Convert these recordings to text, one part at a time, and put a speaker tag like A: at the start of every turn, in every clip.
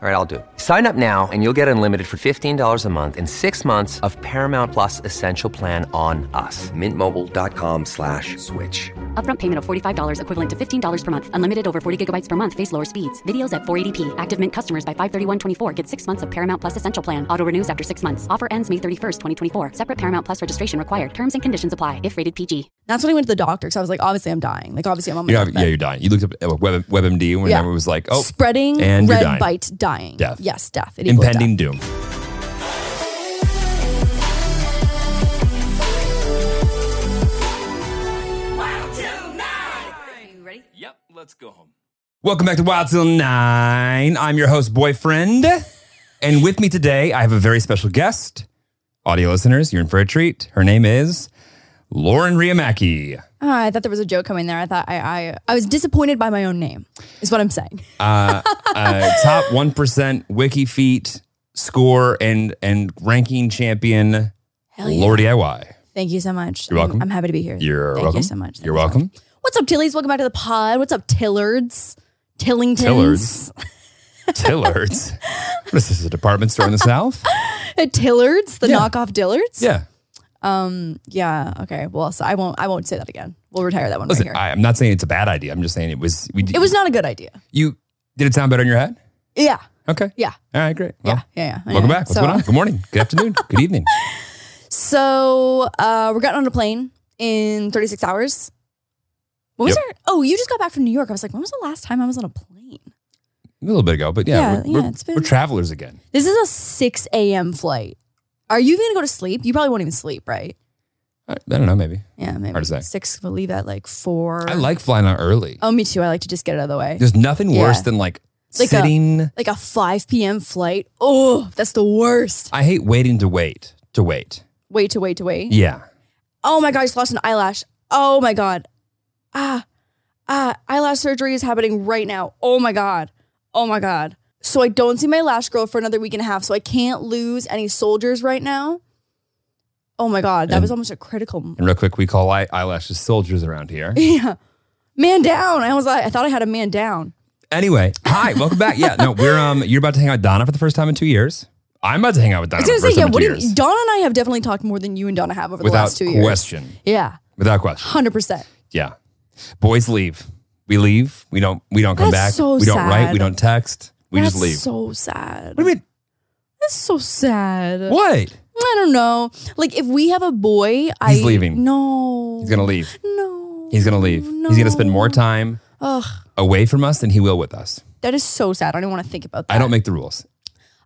A: All right, I'll do. it. Sign up now and you'll get unlimited for $15 a month and six months of Paramount Plus Essential Plan on us. Mintmobile.com slash switch.
B: Upfront payment of $45 equivalent to $15 per month. Unlimited over 40 gigabytes per month. Face lower speeds. Videos at 480p. Active Mint customers by 531.24 get six months of Paramount Plus Essential Plan. Auto renews after six months. Offer ends May 31st, 2024. Separate Paramount Plus registration required. Terms and conditions apply if rated PG.
C: That's when I went to the doctor. So I was like, obviously I'm dying. Like obviously I'm on my
D: You have, yeah,
C: deathbed.
D: you're dying. You looked up uh, Web, WebMD when
C: Yeah.
D: it was like, oh,
C: spreading
D: and you're
C: red
D: dying.
C: bite dying.
D: Death.
C: Yes, death. It equals
D: impending doom.
E: Yep, let's go home.
D: Welcome back to Wild Till Nine. I'm your host, boyfriend, and with me today, I have a very special guest. Audio listeners, you're in for a treat. Her name is Lauren Riamaki.
C: death. Ah, I thought there was a joke coming there. I thought I, I I was disappointed by my own name. Is what I'm saying.
D: uh, top one percent wiki feet score and and ranking champion
C: Hell yeah.
D: Lord DIY.
C: Thank you so much.
D: You're
C: I'm-
D: welcome.
C: I'm, happy to be here.
D: You're
C: Thank
D: welcome.
C: you so much. Thank you so
D: You're welcome.
C: much. What's up, Tillies? Welcome back to the pod. What's up, Tillards? Tillingtons.
D: Tillards? Tillard's. what is this? A department store in the south?
C: Tillards, the
D: Yeah.
C: knockoff Dillards.
D: Yeah.
C: Um. Yeah. Okay. Well, so I won't. I won't say that again. We'll retire that one
D: Listen,
C: right here.
D: I, I'm not saying it's a bad idea. I'm just saying it was. We,
C: it was not a good idea.
D: You did it sound better in your head?
C: Yeah.
D: Okay.
C: Yeah.
D: All right. Great. Well,
C: Yeah. Yeah. Yeah.
D: Welcome
C: Yeah.
D: back. What's
C: So-
D: going on? Good morning. Good afternoon. Good evening.
C: So uh, we're getting on a plane in 36 hours. What was
D: Yep.
C: our? Oh, you just got back from New York. I was like, when was the last time I was on a plane?
D: A little bit ago, but yeah,
C: Yeah,
D: we're, we're-
C: yeah, it's been-
D: we're travelers again.
C: This is a 6 a.m. flight. Are you going to go to sleep? You probably won't even sleep, right?
D: I, I don't know. Maybe
C: Yeah, maybe
D: Hard to say.
C: six. We'll leave at like four.
D: I like flying out early.
C: Oh, me too. I like to just get it out of the way.
D: There's nothing
C: Yeah.
D: worse than like,
C: Like a-
D: sitting.
C: like a 5 p.m. flight. Oh, that's the worst.
D: I hate waiting to wait to wait.
C: Wait to wait to wait.
D: Yeah.
C: Oh my god, I just lost an eyelash. Oh my god. Ah, ah, eyelash surgery is happening right now. Oh my god. Oh my god. So I don't see my lash girl for another week and a half. So I can't lose any soldiers right now. Oh my god, that
D: And-
C: was almost a critical. m-
D: And real quick, we call eye- eyelashes soldiers around here.
C: Yeah, man down. I was like, I thought I had a man down.
D: Anyway, hi, welcome back. Yeah, no, we're um, you're about to hang out with Donna for the first time in two years. I'm about to hang out with
C: I
D: Donna.
C: was gonna
D: for the
C: say,
D: first
C: yeah.
D: time in
C: What
D: two
C: do you?
D: years.
C: Donna and I have definitely talked more than you and Donna have over the
D: Without
C: last two years.
D: question,
C: Yeah,
D: without question,
C: hundred percent.
D: yeah. Boys leave. We leave. We don't. We don't come
C: That's
D: back.
C: so
D: we don't write.
C: sad.
D: We don't text. We
C: That's
D: just leave.
C: So sad.
D: what do you mean?
C: That's so sad.
D: What?
C: I don't know. Like if we have a boy, I
D: He's leaving.
C: No,
D: He's gonna leave.
C: No,
D: He's gonna leave. He's gonna spend more
C: No.
D: time
C: Ugh,
D: away from us than he will with us.
C: that is so sad. I don't want to think about that.
D: I don't make the rules.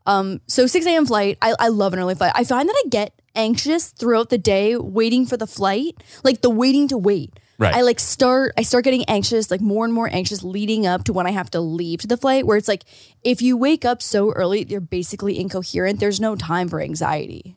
C: Um, so six a.m. flight. I, I love an early flight. I find that I get anxious throughout the day waiting for the flight, like the waiting to wait.
D: Right.
C: I like start. I start getting anxious, like more and more anxious, leading up to when I have to leave to the flight. Where it's like, if you wake up so early, you're basically incoherent. There's no time for anxiety.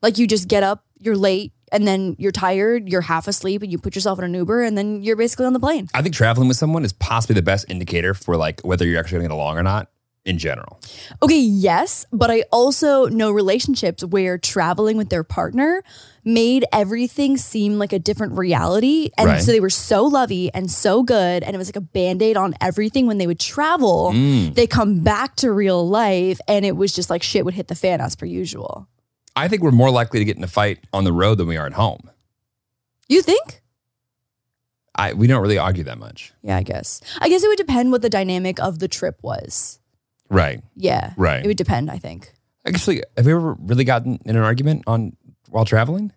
C: Like you just get up, you're late, and then you're tired, you're half asleep, and you put yourself in an Uber, and then you're basically on the plane.
D: I think traveling with someone is possibly the best indicator for like whether you're actually going to get along or not in general.
C: Okay, yes, but I also know relationships where traveling with their partner made everything seem like a different reality. And
D: Right.
C: so they were so lovey and so good. And it was like a band aid on everything when they would travel.
D: Mm. Hmm.
C: They come back to real life and it was just like shit would hit the fan as per usual.
D: I think we're more likely to get in a fight on the road than we are at home.
C: You think?
D: I we don't really argue that much.
C: Yeah, I guess. I guess it would depend what the dynamic of the trip was.
D: Right.
C: Yeah.
D: Right.
C: It would depend, I think.
D: Actually, have you ever really gotten in an argument on while traveling?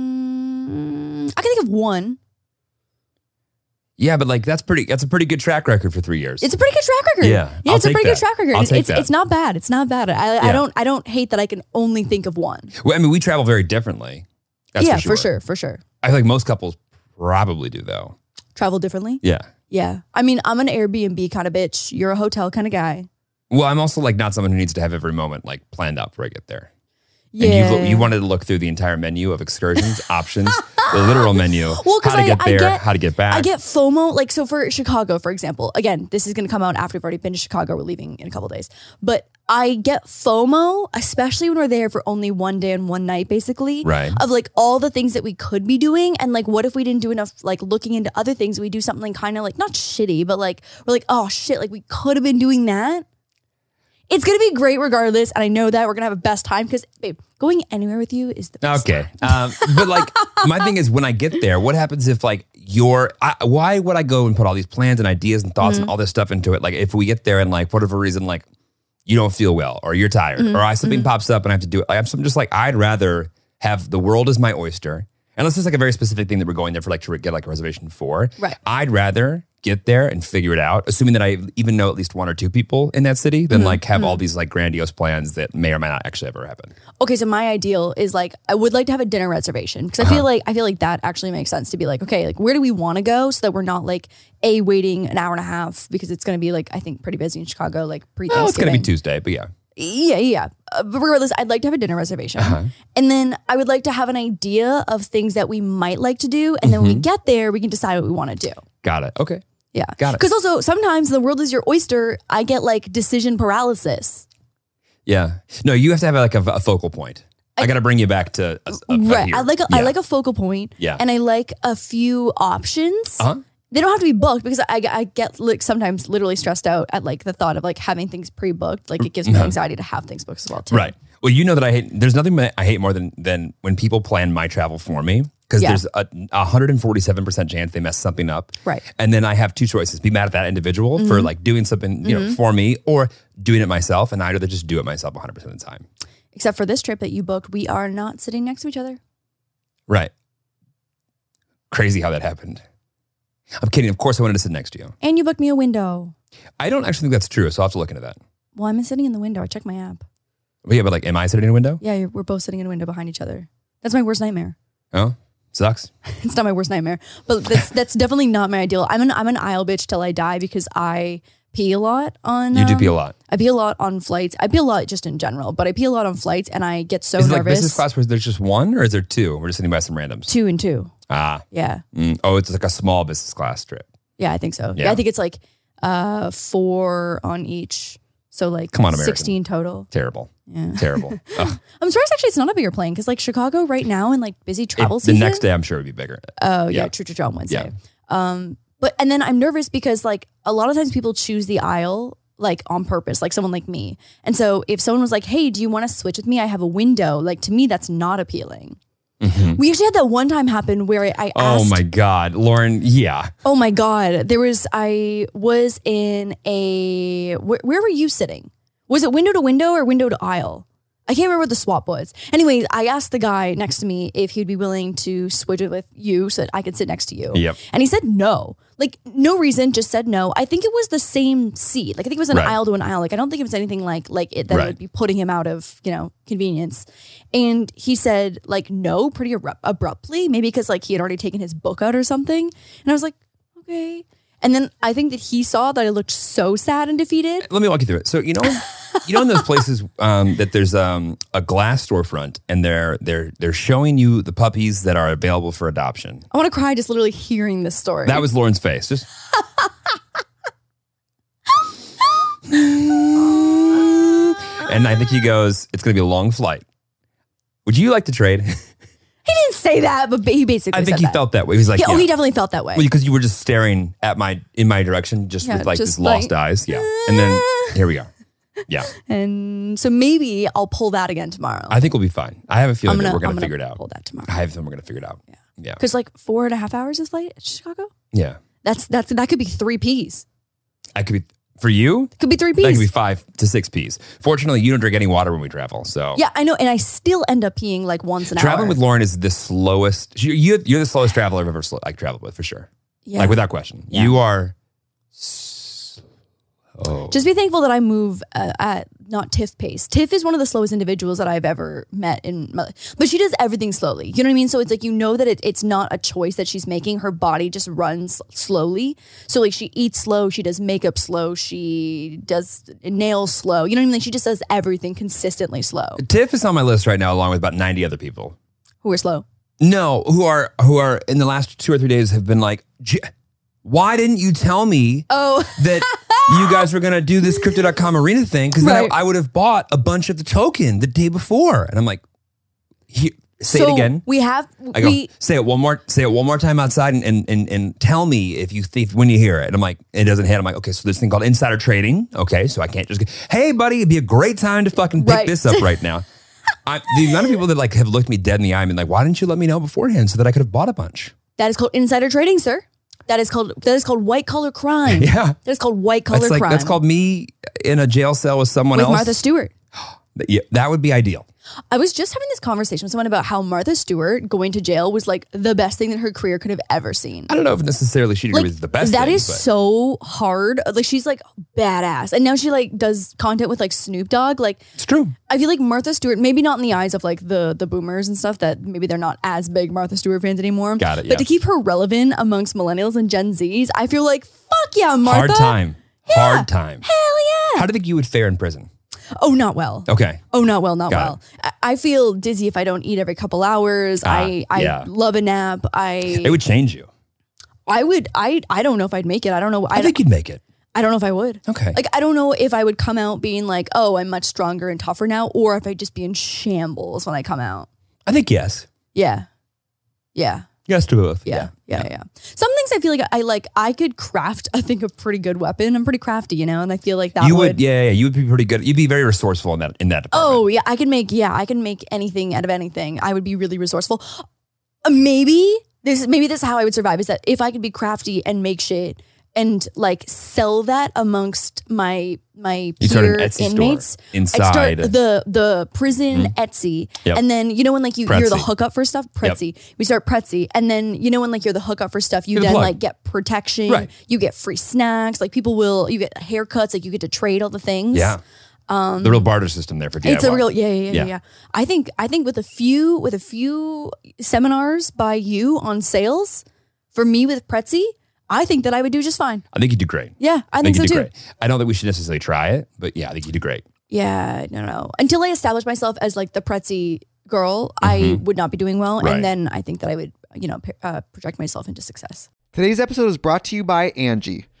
C: Mm, I can think of one.
D: Yeah, but like that's pretty that's a pretty good track record for 3 years.
C: It's a pretty good track record.
D: Yeah,
C: yeah,
D: I'll
C: it's a
D: take
C: pretty
D: that.
C: good track record.
D: I'll
C: It's,
D: take
C: it's,
D: that.
C: it's not bad. It's not bad. I,
D: Yeah.
C: I don't I don't hate that I can only think of one.
D: well, I mean, we travel very differently. That's
C: yeah,
D: for sure.
C: sure, for sure.
D: I feel like most couples probably do though.
C: Travel differently.
D: Yeah.
C: Yeah, I mean, I'm an Airbnb kind of bitch. You're a hotel kind of guy.
D: Well, I'm also like not someone who needs to have every moment like planned out before I get there.
C: Yeah,
D: And you you wanted to look through the entire menu of excursions options the literal menu.
C: Well, because
D: how to
C: I,
D: get there,
C: I get
D: how to get back.
C: I get FOMO. Like so for Chicago, for example. Again, this is going to come out after we've already been to Chicago. We're leaving in a couple days, but I get FOMO, especially when we're there for only one day and one night, basically.
D: Right.
C: Of like all the things that we could be doing, and like what if we didn't do enough? Like looking into other things, we do something kind of like not shitty, but like we're like, oh shit, like we could have been doing that. It's gonna be great regardless, and I know that we're gonna have a best time because, babe, going anywhere with you is the best
D: Okay. Um, but like, my thing is when I get there, what happens if like your, I, why would I go and put all these plans and ideas and thoughts and all this stuff into it? Like if we get there and like, whatever reason, like you don't feel well or you're tired or I, something pops up and I have to do it. Like, I'm so- I'm just like, I'd rather have the world as my oyster. Unless it's like a very specific thing that we're going there for, like to re- get like a reservation for.
C: Right.
D: I'd rather get there and figure it out, assuming that I even know at least one or two people in that city, than like have all these like grandiose plans that may or may not actually ever happen.
C: okay so my ideal is like i would like to have a dinner reservation because
D: Uh-huh.
C: i feel like i feel like that actually makes sense to be like okay like where do we want to go so that we're not like a waiting an hour and a half because it's going to be like i think pretty busy in chicago like pre
D: Oh, it's gonna
C: thanksgiving
D: be Tuesday, but yeah.
C: yeah yeah uh, but regardless i'd like to have a dinner reservation
D: Uh-huh.
C: and then i would like to have an idea of things that we might like to do and then when
D: Mm-hmm.
C: we get there we can decide what we want to do
D: Got it. Okay.
C: yeah
D: Got it.
C: because also sometimes the world is your oyster i get like decision paralysis
D: Yeah. No, you have to have like a, a focal point. I, got to bring you back to uh, a, a, a
C: right
D: here.
C: i like a I
D: Yeah.
C: like a focal point
D: Yeah.
C: and i like a few options
D: Uh-huh.
C: they don't have to be booked because I, I get like sometimes literally stressed out at like the thought of like having things pre-booked. Like it gives me anxiety to have things booked as well too.
D: Mm-hmm. Right. Well, you know that I hate. There's nothing that I hate more than than when people plan my travel for me because
C: Yeah.
D: there's a 147 percent chance they mess something up.
C: Right. Mm-hmm.
D: And then I have two choices: be mad at that individual for like doing something you know for me, or doing it myself. And I'd rather just do it myself 100 percent of the time.
C: Except for this trip that you booked, we are not sitting next to each other.
D: Right. Crazy how that happened. I'm kidding. Of course, I wanted to sit next to you.
C: And you booked me a window.
D: I don't actually think that's true, so I'll have to look into that.
C: Well, I'm sitting in the window. I checked my app.
D: But yeah, but like, am I sitting in a window?
C: Yeah, you're, we're both sitting in a window behind each other. That's my worst nightmare.
D: Oh, sucks.
C: it's not my worst nightmare, but that's that's definitely not my ideal. I'm an I'm an aisle bitch till I die because I pee a lot on.
D: You do pee a
C: um,
D: lot.
C: I pee a lot on flights. I pee a lot just in general, but I pee a lot on flights, and I get so
D: is it like
C: nervous.
D: business class where there's just one, or is there two? We're just sitting by some randoms.
C: Two and two.
D: Ah,
C: Yeah.
D: mm. oh, it's like a small business class trip.
C: Yeah, I think so. Yeah,
D: Yeah.
C: I think it's like uh four on each. So like
D: Come on, American.
C: 16 total.
D: Terrible, terrible. Ugh.
C: I'm surprised actually it's not a bigger plane because like Chicago right now and like busy
D: It-
C: travel
D: the
C: season.
D: next day, I'm sure, would be bigger.
C: Oh yeah,
D: Yeah.
C: true, true, true on Wednesday. Um, but and then I'm nervous because like a lot of times people choose the aisle like on purpose, like someone like me. And so if someone was like, "Hey, do you want to switch with me? I have a window." Like to me, that's not appealing. We actually had that one time happen where I, I
D: Mm-hmm. oh
C: asked,
D: my God, Lauren. Yeah,
C: oh my god, there was I was in a where, where were you sitting? Was it window to window or window to aisle? I can't remember what the swap was. Anyways, I asked the guy next to me if he'd be willing to switch it with you so that I could sit next to you.
D: Yep.
C: And he said no. Like no reason, just said no. I think it was the same seat. Like I think it was an
D: Right.
C: aisle to an aisle. Like I don't think it was anything like like it that
D: Right.
C: would be putting him out of, you know, convenience. And he said like no pretty abrupt, abruptly, maybe because like he had already taken his book out or something. And I was like, okay. And then I think that he saw that I looked so sad and defeated.
D: let me walk you through it. So you know, you know, in those places um, that there's um, a glass storefront, and they're they're they're showing you the puppies that are available for adoption.
C: I want to cry just literally hearing this story.
D: That was Lauren's face. Just and I think he goes, "It's going to be a long flight. Would you like to trade?"
C: he didn't say that, but ba- he basically
D: I think
C: said
D: he
C: that.
D: felt that way. He was like,
C: yeah,
D: yeah,
C: Oh, he definitely felt that way.
D: because you were just staring at my in my direction, just
C: Yeah,
D: with like
C: just
D: these lost
C: like,
D: eyes. Yeah, and then here we go. Yeah,
C: and so maybe I'll pull that again tomorrow.
D: I think we'll be fine. I have a feeling that we're going
C: I'm
D: to figure it out.
C: Pull that tomorrow.
D: I have a feeling we're going to figure it out. Yeah, yeah,
C: Because like four and a half hours is flight to Chicago.
D: yeah.
C: That's that's that could be three P's.
D: I could be for you.
C: Could be three
D: That
C: P's.
D: could be five to six p's. Fortunately, you don't drink any water when we travel, so
C: yeah, I know, and I still end up peeing like once an
D: Traveling
C: hour.
D: with Lauren is the slowest. You, you, you're the slowest traveler I've ever sl- like traveled with for sure.
C: yeah.
D: Like without question,
C: Yeah.
D: you are. Oh,
C: Just be thankful that I move uh, at not Tiff pace. Tiff is one of the slowest individuals that I've ever met in my life. But she does everything slowly. You know what I mean? So it's like you know that it, it's not a choice that she's making. Her body just runs slowly. So like she eats slow, she does makeup slow, she does nails slow. You know what I mean? Like she just does everything consistently slow.
D: Tiff is on my list right now, along with about ninety other people.
C: Who are slow?
D: No, who are who are in the last two or three days have been like, "J- why didn't you tell me
C: Oh.
D: that you guys were gonna do this crypto.com arena thing? Because
C: Right.
D: then I, I would have bought a bunch of the token the day before. And I'm like, "Here- say
C: so
D: it again.
C: We have
D: I go,
C: we
D: say it one more, say it one more time outside and and and, and tell me if you think when you hear it. And I'm like, it doesn't hit. I'm like, okay, so there's this thing called insider trading. Okay, so I can't just go, hey buddy, it'd be a great time to fucking pick
C: Right.
D: this up right now. I, the amount of people that like have looked me dead in the eye and been like, why didn't you let me know beforehand so that I could have bought a bunch?
C: that is called insider trading, sir. That is called that is called white collar crime.
D: Yeah.
C: That is called white collar
D: That's like
C: crime.
D: that's called me in a jail cell with someone
C: with
D: else.
C: Martha Stewart.
D: yeah, that would be ideal.
C: I was just having this conversation with someone about how Martha Stewart going to jail was like the best thing that her career could have ever seen.
D: I don't know if necessarily she'd agree
C: Like
D: with the best.
C: that
D: thing,
C: is
D: but-
C: so hard. Like she's like badass, and now she like does content with like Snoop Dogg. Like
D: it's true.
C: I feel like Martha Stewart, maybe not in the eyes of like the the boomers and stuff that maybe they're not as big Martha Stewart fans anymore.
D: Got it, yeah.
C: But to keep her relevant amongst millennials and Gen Zs, I feel like fuck yeah, Martha.
D: Hard time. Hard time.
C: Hell yeah.
D: How do you think you would fare in prison?
C: Oh, not well.
D: Okay.
C: Oh, not well, not
D: Got
C: well. I I feel dizzy if I don't eat every couple hours. I, I
D: Ah, yeah.
C: love a nap. I
D: It would change you.
C: I would I I don't know if I'd make it. I don't know. I,
D: I think you'd make it.
C: I don't know if I would.
D: Okay.
C: Like I don't know if I would come out being like, oh, I'm much stronger and tougher now, or if I'd just be in shambles when I come out.
D: I think yes.
C: Yeah. Yeah.
D: Yes to both.
C: Yeah. Yeah. Yeah. Some things I feel like I like I could craft, I think, a pretty good weapon. I'm pretty crafty, you know, and I feel like that
D: you
C: would,
D: would, yeah, yeah, you would be pretty good. You'd be very resourceful in that in that department.
C: Oh yeah, I can make yeah, I can make anything out of anything. I would be really resourceful. Uh, Maybe this maybe this is how I would survive is that if I could be crafty and make shit and like sell that amongst my my
D: You start an
C: peer
D: Etsy store
C: inmates. I'd
D: inside. Mm-hmm.
C: start the the prison Etsy,
D: Yep.
C: and then you know when like you you're the
D: Pretzi.
C: hookup for stuff. Pretzi, we start Pretzi, and then you know when like you're the hookup for stuff. You
D: You're the
C: then
D: plug.
C: like get protection.
D: Right.
C: You get free snacks. Like people will you get haircuts. Like you get to trade all the things.
D: yeah. the real barter system there for DIY.
C: Um, It's a real yeah, yeah, yeah,
D: Yeah.
C: yeah, yeah. I think I think with a few with a few seminars by you on sales for me with Pretzi, I think that I would do just fine.
D: I think you do great.
C: Yeah, I,
D: I
C: think,
D: you
C: so
D: do
C: too.
D: great. I don't think we should necessarily try it, but yeah, I think you do great.
C: Yeah, no, no. Until I establish myself as like the Pretzi girl, I would not be doing well,
D: Mm-hmm. Right.
C: and then I think that I would you know p- uh, project myself into success.
F: Today's episode is brought to you by Angie.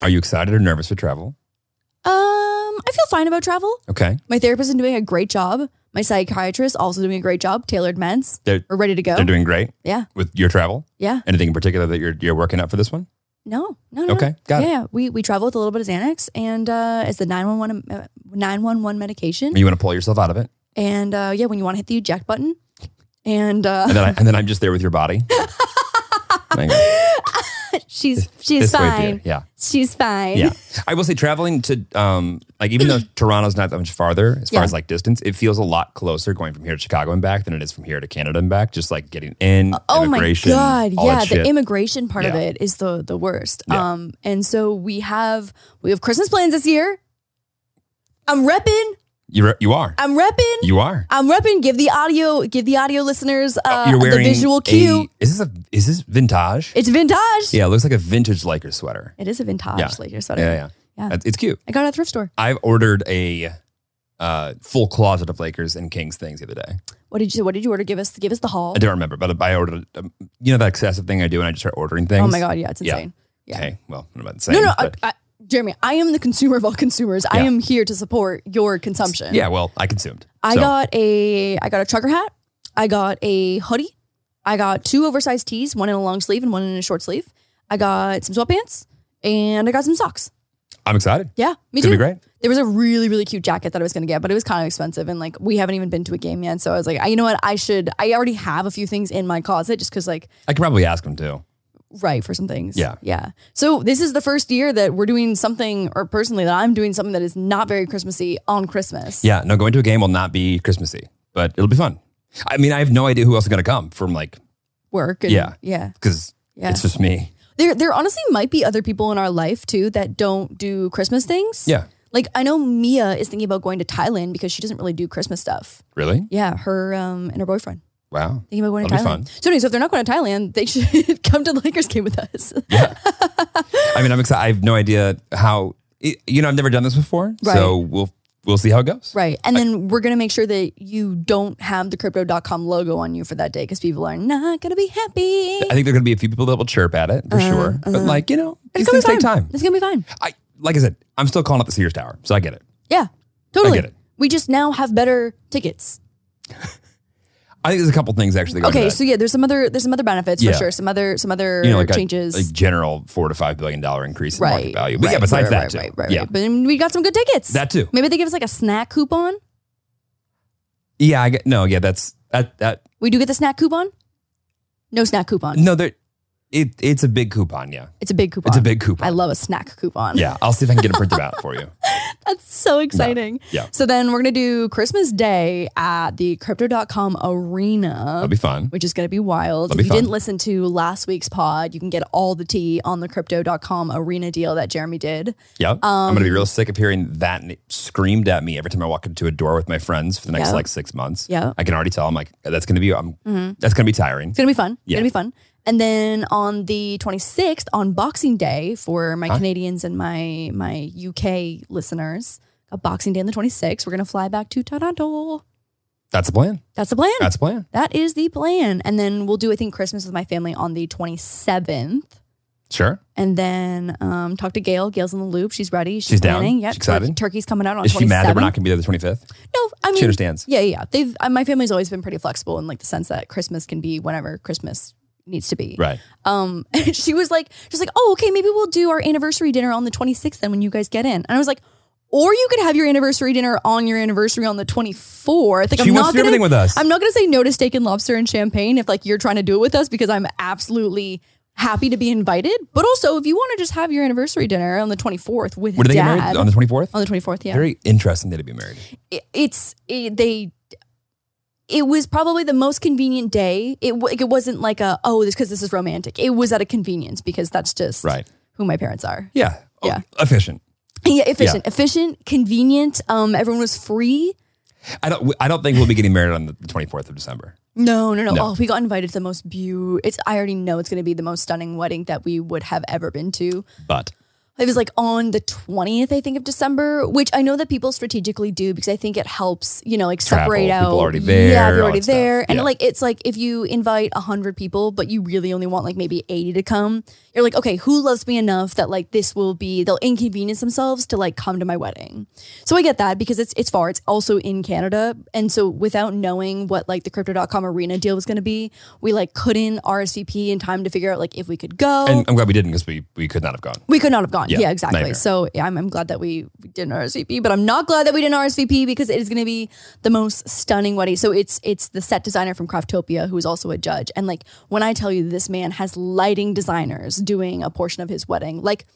D: Are you excited or nervous for travel?
C: Um, I feel fine about travel.
D: Okay.
C: My therapist is doing a great job. My psychiatrist also doing a great job. Tailored Meds,
D: They're
C: we're ready to go.
D: they're doing great
C: yeah,
D: with your travel.
C: yeah.
D: Anything in particular that you're you're working up for this one?
C: Mm-hmm. No, no, no.
D: Okay,
C: no.
D: got it.
C: yeah, yeah. We we travel with a little bit of Xanax and uh, it's the nine one one nine one one medication.
D: You want to pull yourself out of it,
C: And uh, yeah, when you want to hit the eject button, and uh,
D: and then I, and then I'm just there with your body. Hang on.
C: She's she's
D: this way
C: fine.
D: here, yeah.
C: She's fine.
D: Yeah. I will say traveling to um like even though Toronto's not that much farther as
C: Yeah.
D: far as like distance, it feels a lot closer going from here to Chicago and back than it is from here to Canada and back. Just like getting in,
C: Oh my
D: immigration,
C: god!
D: all
C: Yeah,
D: that
C: the
D: shit.
C: immigration part of
D: Yeah.
C: it is the the worst.
D: Yeah.
C: Um, and so we have we have Christmas plans this year. I'm repping.
D: you re- you are
C: I'm repping.
D: you are.
C: I'm repping. Give the audio. Give the audio listeners uh,
D: Oh, You're
C: the
D: wearing
C: visual
D: a-
C: cue.
D: is this a is this vintage?
C: it's vintage.
D: yeah, it looks like a vintage Lakers sweater.
C: It is a vintage
D: Yeah.
C: Lakers sweater.
D: Yeah, yeah,
C: Yeah.
D: It's- It's cute.
C: I got it at a thrift store.
D: I've ordered a uh, full closet of Lakers and Kings things the other day.
C: What did you? What did you order? Give us. Give us the haul.
D: I don't remember, but I ordered. Um, you know that excessive thing I do, and I just start ordering things.
C: Oh my god! Yeah, it's
D: Yeah.
C: insane. Yeah.
D: Okay, well, I'm about to say.
C: No, uh, no, I,
D: but-
C: I, Jeremy. I am the consumer of all consumers. I
D: Yeah.
C: am here to support your consumption.
D: yeah. Well, I consumed.
C: I
D: So,
C: got a I got a trucker hat. I got a hoodie. I got two oversized tees, one in a long sleeve and one in a short sleeve. I got some sweatpants and I got some socks.
D: I'm excited.
C: Yeah, me
D: It's gonna
C: too.
D: be great.
C: There was a really really cute jacket that I was going to get, but it was kind of expensive and like we haven't even been to a game yet, so I was like, I, you know what? I should I already have a few things in my closet just cuz like
D: I could probably ask him too.
C: right for some things.
D: Yeah.
C: Yeah. So this is the first year that we're doing something or personally that I'm doing something that is not very Christmassy on Christmas.
D: Yeah. No, going to a game will not be Christmassy, but it'll be fun. I mean, I have no idea who else is going to come from like
C: Work and
D: Yeah.
C: yeah.
D: because
C: Yeah.
D: it's just me.
C: There, there honestly might be other people in our life too that don't do Christmas things.
D: Yeah.
C: Like I know Mia is thinking about going to Thailand because she doesn't really do Christmas stuff.
D: Really?
C: Yeah, her um, and her boyfriend
D: Wow.
C: thinking about going to
D: That'll be
C: Thailand.
D: fun.
C: So anyway, so if they're not going to Thailand, they should come to the Lakers game with us.
D: I mean, I'm excited. I have no idea how. it- You know, I've never done this before,
C: Right.
D: so we'll we'll see how it goes.
C: Right. And then we're going to make sure that you don't have the crypto.com logo on you for that day because people are not going to be happy.
D: I think there are going to be a few people that will chirp at it for sure, but like you know, these
C: Uh-huh, It's gonna
D: things
C: be
D: take
C: fine.
D: time.
C: It's going to be fine.
D: I like I said, I'm still calling up the Sears Tower, so I get it.
C: Yeah, totally.
D: I get it.
C: We just now have better tickets.
D: I think there's a couple things actually. Going
C: Okay,
D: to that.
C: so yeah, there's some other there's some other benefits
D: Yeah.
C: for sure. Some other some other
D: you know, like
C: changes.
D: a, a general four to five billion dollar increase in
C: right.
D: market value. But yeah,
C: right, right,
D: besides that
C: right,
D: too,
C: Right, right,
D: yeah,
C: right. But then we got some good tickets.
D: that too.
C: Maybe they give us like a snack coupon.
D: Yeah, I get, no, yeah, that's that that
C: We do get the snack coupon? No snack coupon.
D: no, there, it it's a big coupon. Yeah,
C: It's a big coupon.
D: big coupon.
C: I love a snack coupon.
D: yeah, I'll see if I can get it printed out for you.
C: That's so exciting.
D: Yeah,
C: So then we're going to do Christmas Day at the crypto.com arena.
D: that'll be fun.
C: which is going to be wild.
D: That'll
C: if
D: be
C: you
D: fun.
C: didn't listen to last week's pod, you can get all the tea on the crypto.com arena deal that Jeremy did.
D: Yeah, I'm
C: Um,
D: gonna be real sick of hearing that n- screamed at me every time I walk into a door with my friends for the next
C: Yeah.
D: like six months.
C: Yeah. Mm-hmm.
D: I can already tell. I'm like, that's gonna be I'm that's gonna be tiring.
C: It's gonna be fun. It's
D: Yeah.
C: gonna be fun. And then on the 26th, on Boxing Day for my
D: Huh?
C: Canadians and my my UK listeners, a Boxing Day on the 26th, we're gonna fly back to Toronto.
D: That's the plan.
C: That's the plan.
D: That's the plan.
C: that is the plan. And then we'll do I think Christmas with my family on the 27th.
D: Sure.
C: And then um, talk to Gail. Gail's in the loop. She's ready. She's,
D: She's down.
C: planning. Yep.
D: She's excited.
C: Turkey's coming out on
D: Is she
C: 27th.
D: mad that we're not gonna be there the 25th?
C: No, I mean,
D: She understands.
C: Yeah, yeah. yeah. They've uh, my family's always been pretty flexible in like the sense that Christmas can be whenever Christmas needs to be.
D: Right.
C: Um, she was like, just like, oh, okay, maybe we'll do our anniversary dinner on the 26th then when you guys get in. And I was like, or you could have your anniversary dinner on your anniversary on the 24th. Like, I'm not
D: She wants to do
C: gonna,
D: everything with us.
C: I'm not gonna say no to steak and lobster and champagne if like you're trying to do it with us because I'm absolutely happy to be invited. But also, if you want to just have your anniversary dinner on the 24th with
D: What are they
C: dad
D: getting married on the 24th?
C: on the 24th, yeah
D: Very interesting day to be married.
C: it- it's it, they it was probably the most convenient day it wa- it wasn't like a oh this because this is romantic it was at a convenience because that's just
D: Right.
C: who my parents are
D: Yeah. Oh,
C: Yeah.
D: Efficient.
C: yeah efficient efficient convenient um everyone was free
D: I don't. I don't think we'll be getting married on the 24th of December.
C: no, no, no,
D: No.
C: Oh, we got invited to the most beautiful. It's I already know it's going to be the most stunning wedding that we would have ever been to.
D: But
C: It was like on the 20th, I think, of December, which I know that people strategically do because I think it helps, you know, like
D: Travel,
C: separate out.
D: people already
C: Yeah,
D: there,
C: they're
D: all
C: already
D: that stuff.
C: there. And
D: Yeah.
C: like, it's like if you invite 100 people, but you really only want like maybe 80 to come, you're like, okay, who loves me enough that like this will be, they'll inconvenience themselves to like come to my wedding. So I get that because it's, it's far. It's also in Canada. And so without knowing what like the crypto.com arena deal was going to be, we like couldn't RSVP in time to figure out like if we could go.
D: and I'm glad we didn't because we we could not have gone.
C: We could not have gone. on.
D: Yeah,
C: Yeah, exactly.
D: nightmare.
C: So yeah, I'm, I'm glad that we didn't RSVP, but I'm not glad that we didn't RSVP because it is going to be the most stunning wedding. So it's it's the set designer from Craftopia who is also a judge, and like when I tell you this man has lighting designers doing a portion of his wedding, like,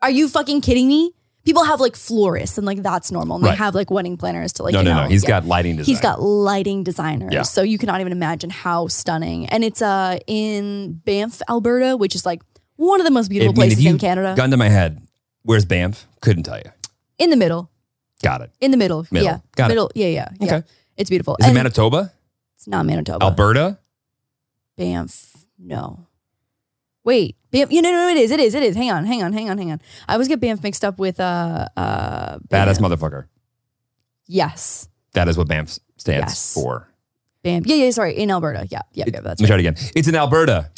C: are you fucking kidding me? People have like florists and like that's normal. And
D: Right.
C: They have like wedding planners to like
D: No,
C: you
D: no,
C: know,
D: no. He's
C: yeah.
D: got lighting design.
C: He's got lighting designers.
D: Yeah.
C: So you cannot even imagine how stunning. And it's uh in Banff, Alberta, which is like one of the most beautiful
D: I mean, if
C: places
D: you
C: in Canada.
D: Gun to my head. Where's Banff? Couldn't tell you.
C: in the middle.
D: Got it.
C: In the middle.
D: Middle.
C: Yeah.
D: Got it.
C: middle. Yeah, yeah. Yeah.
D: Okay.
C: It's beautiful.
D: Is it
C: And
D: Manitoba?
C: it's not Manitoba.
D: Alberta?
C: Banff. No. Wait. Banff. You know, no, no, it is. It is. It is. Hang on. Hang on. Hang on. Hang on. I always get Banff mixed up with uh uh
D: Badass
C: Banff.
D: motherfucker.
C: Yes.
D: That is what Banff stands
C: Yes.
D: for.
C: Banff. Yeah, yeah, sorry. In Alberta. Yeah. Yeah, yeah.
D: Let
C: That's
D: me
C: right.
D: try it again. It's in Alberta.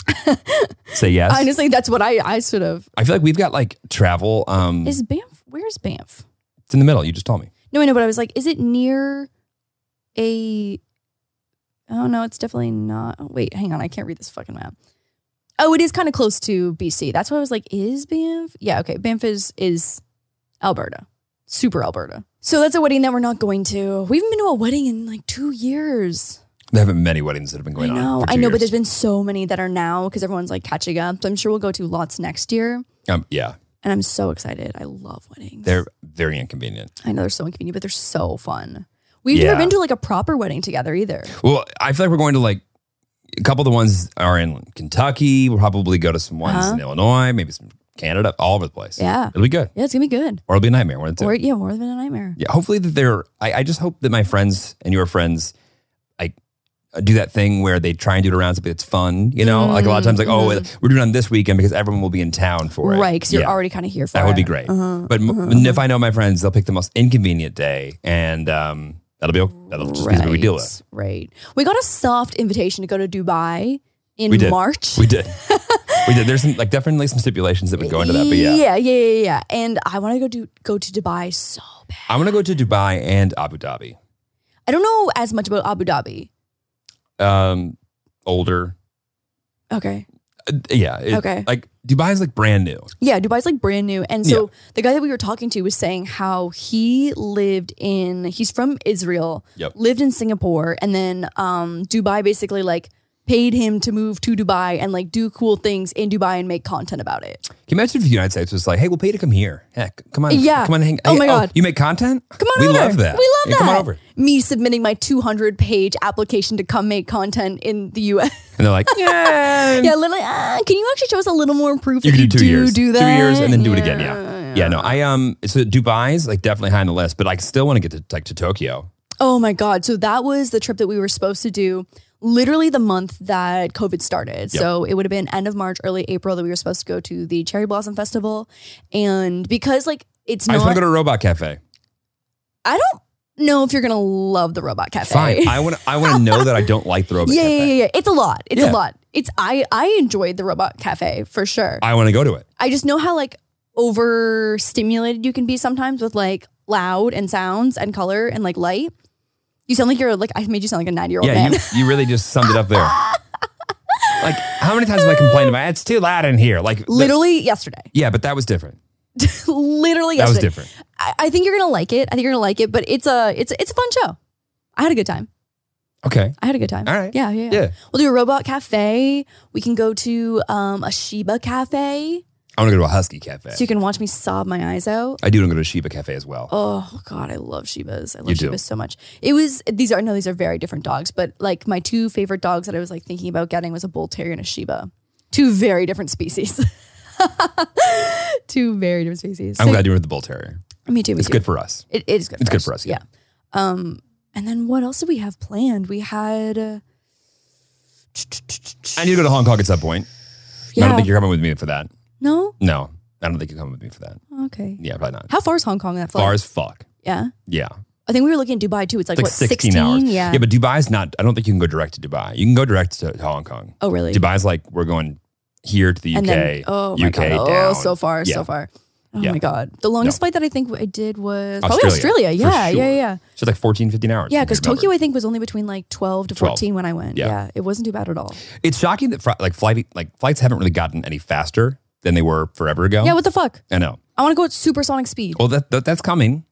D: Say yes. I,
C: Honestly, that's what I I should have.
D: feel like we've got like travel. Um,
C: Is Banff where's Banff?
D: it's in the middle. You just told me.
C: No, I know, but I was like, is it near a? Oh no, it's definitely not. oh, Wait, hang on, I can't read this fucking map. Oh, it is kind of close to BC. That's why I was like, is Banff? Yeah, okay, Banff is is Alberta, super Alberta. So that's a wedding that we're not going to. We haven't been to a wedding in like two years.
D: There haven't been many weddings that have been going
C: I
D: on.
C: know,
D: for two
C: I know, but
D: years.
C: there's been so many that are now because everyone's like catching up. So I'm sure we'll go to lots next year,
D: Um, yeah,
C: and I'm so excited. I love weddings.
D: they're very inconvenient.
C: I know they're so inconvenient, but they're so fun. We've
D: Yeah.
C: never been to like a proper wedding together either.
D: Well, I feel like we're going to like a couple of the ones are in Kentucky. We'll probably go to some ones
C: Uh-huh.
D: in Illinois, maybe some Canada, all over the place.
C: Yeah.
D: it'll be good,
C: Yeah, it's gonna be good.
D: or it'll be a nightmare. One of the two.
C: Or yeah, more than a nightmare.
D: yeah, hopefully that they're. I, I just hope that my friends and your friends, like, uh, do that thing where they try and do it around, but it's fun. You know, like a lot of times, like, oh, we're doing it on this weekend because everyone will be in town for it,
C: Mm-hmm. Right, because you're
D: Yeah.
C: already kind of here for
D: That would be
C: it.
D: great.
C: Uh-huh.
D: But m if I know my friends, they'll pick the most inconvenient day, and um, that'll be o- that'll just be what we deal with.
C: Right. We got a soft invitation to go to Dubai in
D: We did.
C: March.
D: We did, we did. There's some, like definitely some stipulations that would go into that, but yeah,
C: yeah, yeah, yeah, yeah. And I want to go to go to Dubai so bad.
D: I'm gonna go to Dubai and Abu Dhabi.
C: I don't know as much about Abu Dhabi.
D: Um, older,
C: Okay.
D: Uh, yeah, it-
C: Okay.
D: Like Dubai is like brand new.
C: Yeah, Dubai's like brand new. And so the guy that we were talking to was saying how he lived in he's from Israel,
D: Yep.
C: lived in Singapore, and then um Dubai basically like paid him to move to Dubai and like do cool things in Dubai and make content about it.
D: Can you imagine if the United States was like, "Hey, we'll pay to come here. Heck, come on,
C: Yeah.
D: come on, hang.
C: Oh
D: hey,
C: my God.
D: you make content?
C: Come on
D: we
C: over.
D: love that.
C: We love
D: Yeah,
C: that.
D: Come on over.
C: Me submitting my 200 page application to come make content in the US.
D: And they're like, yeah,
C: yeah, literally, ah, can you actually show us a little more proof
D: You
C: that
D: can
C: you
D: do two
C: do
D: years,
C: do that?
D: two years, and then do it again. Yeah, yeah. No, I um, so Dubai's like definitely high on the list, but I still want to get to like to Tokyo.
C: Oh my God. So that was the trip that we were supposed to do literally the month that COVID started. So it would have been end of March, early April that we were supposed to go to the Cherry Blossom Festival. And because like it's
D: I just
C: not,
D: want to go to a Robot Cafe.
C: I don't know if you're going to love the Robot Cafe.
D: Fine, I want to. I want to know that I don't like the Robot
C: yeah,
D: Cafe.
C: yeah, yeah, yeah. It's a lot. It's
D: Yeah.
C: a lot. It's, I, I enjoyed the Robot Cafe for sure.
D: I want to go to it.
C: I just know how like overstimulated you can be sometimes with like loud and sounds and color and like light. You sound like you're like, I made you sound like a 90 year old
D: yeah,
C: man.
D: you, you really just summed it up there. like, how many times have I complained about it's too loud in here? Like, the-
C: literally yesterday.
D: yeah, but that was different.
C: literally
D: That was
C: yesterday.
D: different.
C: I, I think you're gonna like it. I think you're gonna like it, but it's a it's it's a fun show. I had a good time.
D: Okay.
C: I had a good time.
D: All right.
C: Yeah, yeah, yeah.
D: Yeah.
C: We'll do a robot cafe. We can go to um, a Sheba cafe,
D: I want to go to a Husky Cafe.
C: so you can watch me sob my eyes out.
D: I do want to go to a Sheba Cafe as well.
C: Oh God, I love Shebas. I love
D: You do.
C: Shebas so much. It was these are no, these are very different dogs, but like my two favorite dogs that I was like thinking about getting was a Bull Terrier and a Sheba. Two very different species. two very different species.
D: I'm
C: So-
D: glad you were with the Bull Terrier.
C: me too. Me
D: It's
C: too.
D: good for us.
C: It, it is good.
D: It's good for us, yeah.
C: Yeah. Um, and then what else did we have planned? We had. Uh,
D: I need to go to Hong Kong at some point. I
C: yeah.
D: don't think you're coming with me for that.
C: no.
D: No, I don't think you're coming with me for that.
C: Okay.
D: Yeah, probably not.
C: How far is Hong Kong in that flight?
D: Far as fuck.
C: Yeah.
D: Yeah.
C: I think we were looking at Dubai too. It's like,
D: It's
C: what
D: like 16,
C: 16?
D: hours.
C: Yeah.
D: Yeah, but Dubai's not, I don't think you can go direct to Dubai. You can go direct to, to Hong Kong.
C: oh really?
D: Dubai's like, we're going here to the UK.
C: And then oh my
D: UK
C: god.
D: down.
C: Oh so far,
D: Yeah.
C: so far. Oh
D: Yeah.
C: my god. The longest
D: No.
C: flight that I think I did was probably
D: Australia,
C: Australia.
D: for
C: Yeah,
D: sure.
C: yeah, yeah.
D: So it's like 14, 15 hours.
C: Yeah,
D: from
C: because
D: here to
C: Tokyo,
D: Melbourne.
C: I think, was only between like twelve to
D: 12.
C: fourteen when I went.
D: Yeah.
C: yeah, it wasn't too bad at all.
D: It's shocking that fr- like flight like flights haven't really gotten any faster than they were forever ago.
C: Yeah, what the fuck?
D: I know.
C: I want to go at supersonic speed.
D: Well, that, that that's coming.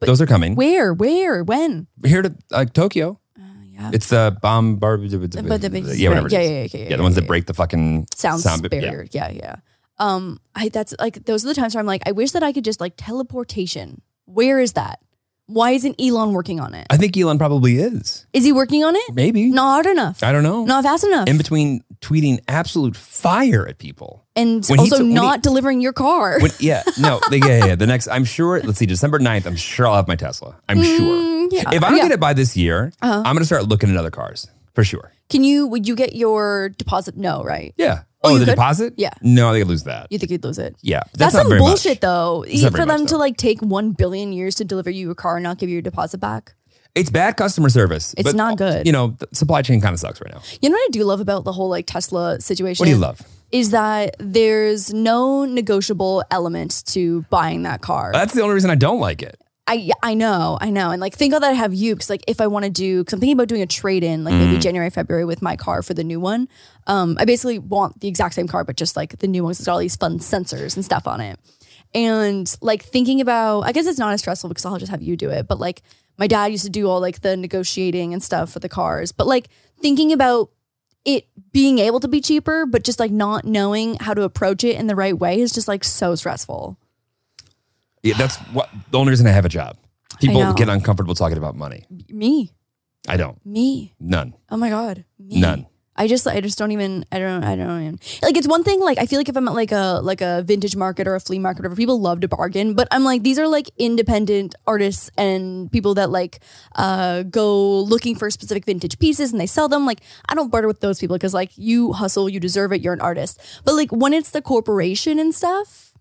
D: Those are coming.
C: Where? Where? When?
D: Here to like Tokyo.
C: Uh, Yeah.
D: It's the bomb bar. Yeah,
C: But the big- Yeah,
D: whatever. it is.
C: yeah, yeah, okay, yeah,
D: the ones
C: yeah,
D: that break the fucking
C: Sounds
D: sound yeah.
C: barrier. Yeah. yeah, Um, I that's like those are the times where I'm like, I wish that I could just like teleportation. Where is that? Why isn't Elon working on it?
D: I think Elon probably is.
C: Is he working on it?
D: Maybe.
C: Not hard enough.
D: I don't know.
C: Not fast enough.
D: In between tweeting absolute fire at people.
C: and
D: when he
C: also
D: took- when he-
C: not delivering your car.
D: When- yeah, no, the- yeah, yeah, yeah. The next, I'm sure. Let's see, December 9th, I'm sure I'll have my Tesla. I'm sure.
C: Mm, yeah,
D: if I don't
C: yeah. Uh-huh.
D: get it by this year, I'm going to start looking at other cars for sure.
C: Can you? Would you get your deposit? No, right?
D: Yeah.
C: Oh,
D: Oh,
C: you
D: the
C: could?
D: deposit?
C: Yeah.
D: No, I think I lose that.
C: You think you'd lose it?
D: yeah,
C: That's,
D: not
C: some
D: very
C: bullshit,
D: much.
C: though. E,
D: That's not
C: For
D: very
C: them
D: much,
C: to
D: though.
C: like take one billion years to deliver you a car and not give you your deposit back.
D: It's bad customer service.
C: It's not good.
D: You know, the supply chain kind of sucks right now.
C: You know what I do love about the whole like Tesla situation?
D: What do you love?
C: Is that there's no negotiable element to buying that car.
D: That's the only reason I don't like it.
C: I I know, I know. And like thank God that I have you because like if I want to do because I'm thinking about doing a trade in like maybe January, February with my car for the new one. Um I basically want the exact same car, but just like the new one 'cause it's got all these fun sensors and stuff on it. And like thinking about I guess it's not as stressful because I'll just have you do it, but like my dad used to do all like the negotiating and stuff for the cars. But like thinking about it being able to be cheaper, but just like not knowing how to approach it in the right way is just like so stressful.
D: Yeah, that's what the only reason I have a job.
C: know.
D: People get uncomfortable talking about money.
C: Me,
D: I don't.
C: me.
D: None.
C: Oh my god, me.
D: None.
C: I just I just don't even I don't I don't even like it's one thing like I feel like if I'm at like a like a vintage market or a flea market or whatever people love to bargain but I'm like these are like independent artists and people that like uh go looking for specific vintage pieces and they sell them like I don't barter with those people because like you hustle you deserve it you're an artist but like when it's the corporation and stuff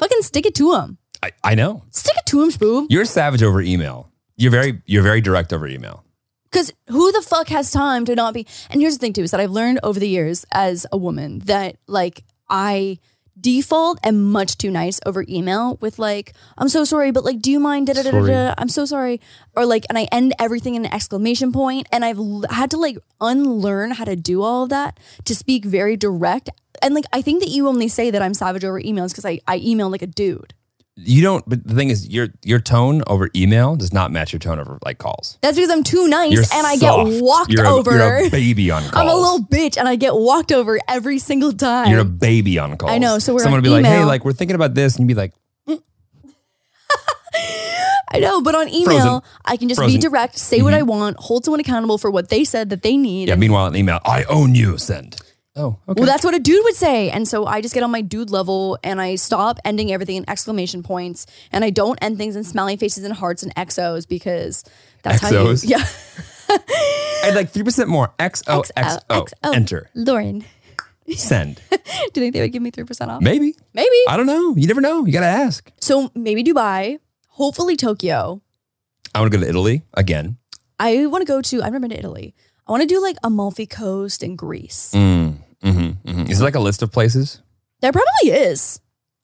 C: fucking stick it to them
D: I, I know.
C: stick it to them spoob
D: You're savage over email. You're very you're very direct over email.
C: Because who the fuck has time to not be? And here's the thing too is that I've learned over the years as a woman that like I default am much too nice over email with like I'm so sorry, but like do you mind? Da, da, da, da, da, I'm so sorry, or like, and I end everything in an exclamation point, and I've l- had to like unlearn how to do all of that to speak very direct. And like, I think that you only say that I'm savage over emails because I I email like a dude.
D: You don't but the thing is your your tone over email does not match your tone over like calls.
C: That's because I'm too nice
D: You're
C: and I
D: soft.
C: get walked
D: You're a-
C: over.
D: You're a baby on calls.
C: I'm a little bitch and I get walked over every single time.
D: You're a baby on calls.
C: I know, so we're
D: someone
C: on
D: would be like, "Hey,
C: email.
D: like we're thinking about this," and you'd be like,
C: I know, but on email,
D: Frozen.
C: I can just
D: Frozen. Mm-hmm.
C: be direct, say what I want, hold someone accountable for what they said that they need.
D: "Yeah." Meanwhile, an email, "I own you." Send. Oh, okay.
C: Well, that's what a dude would say. And so I just get on my dude level and I stop ending everything in exclamation points and I don't end things in smiling faces and hearts and XOs because that's
D: XOs?
C: how you. Yeah.
D: I'd like three percent more. X O Oh, X O.
C: XO.
D: Enter.
C: Lauren,
D: Send.
C: do you think they would give me 3% off?
D: Maybe.
C: Maybe.
D: I don't know. You never know. You gotta ask.
C: So maybe Dubai, hopefully Tokyo.
D: I want to go to Italy again.
C: I want to go to, I've never been to Italy. I want to do like Amalfi Coast and Greece.
D: Mm, mm-hmm, mm-hmm. Is it like a list of places?
C: There probably is.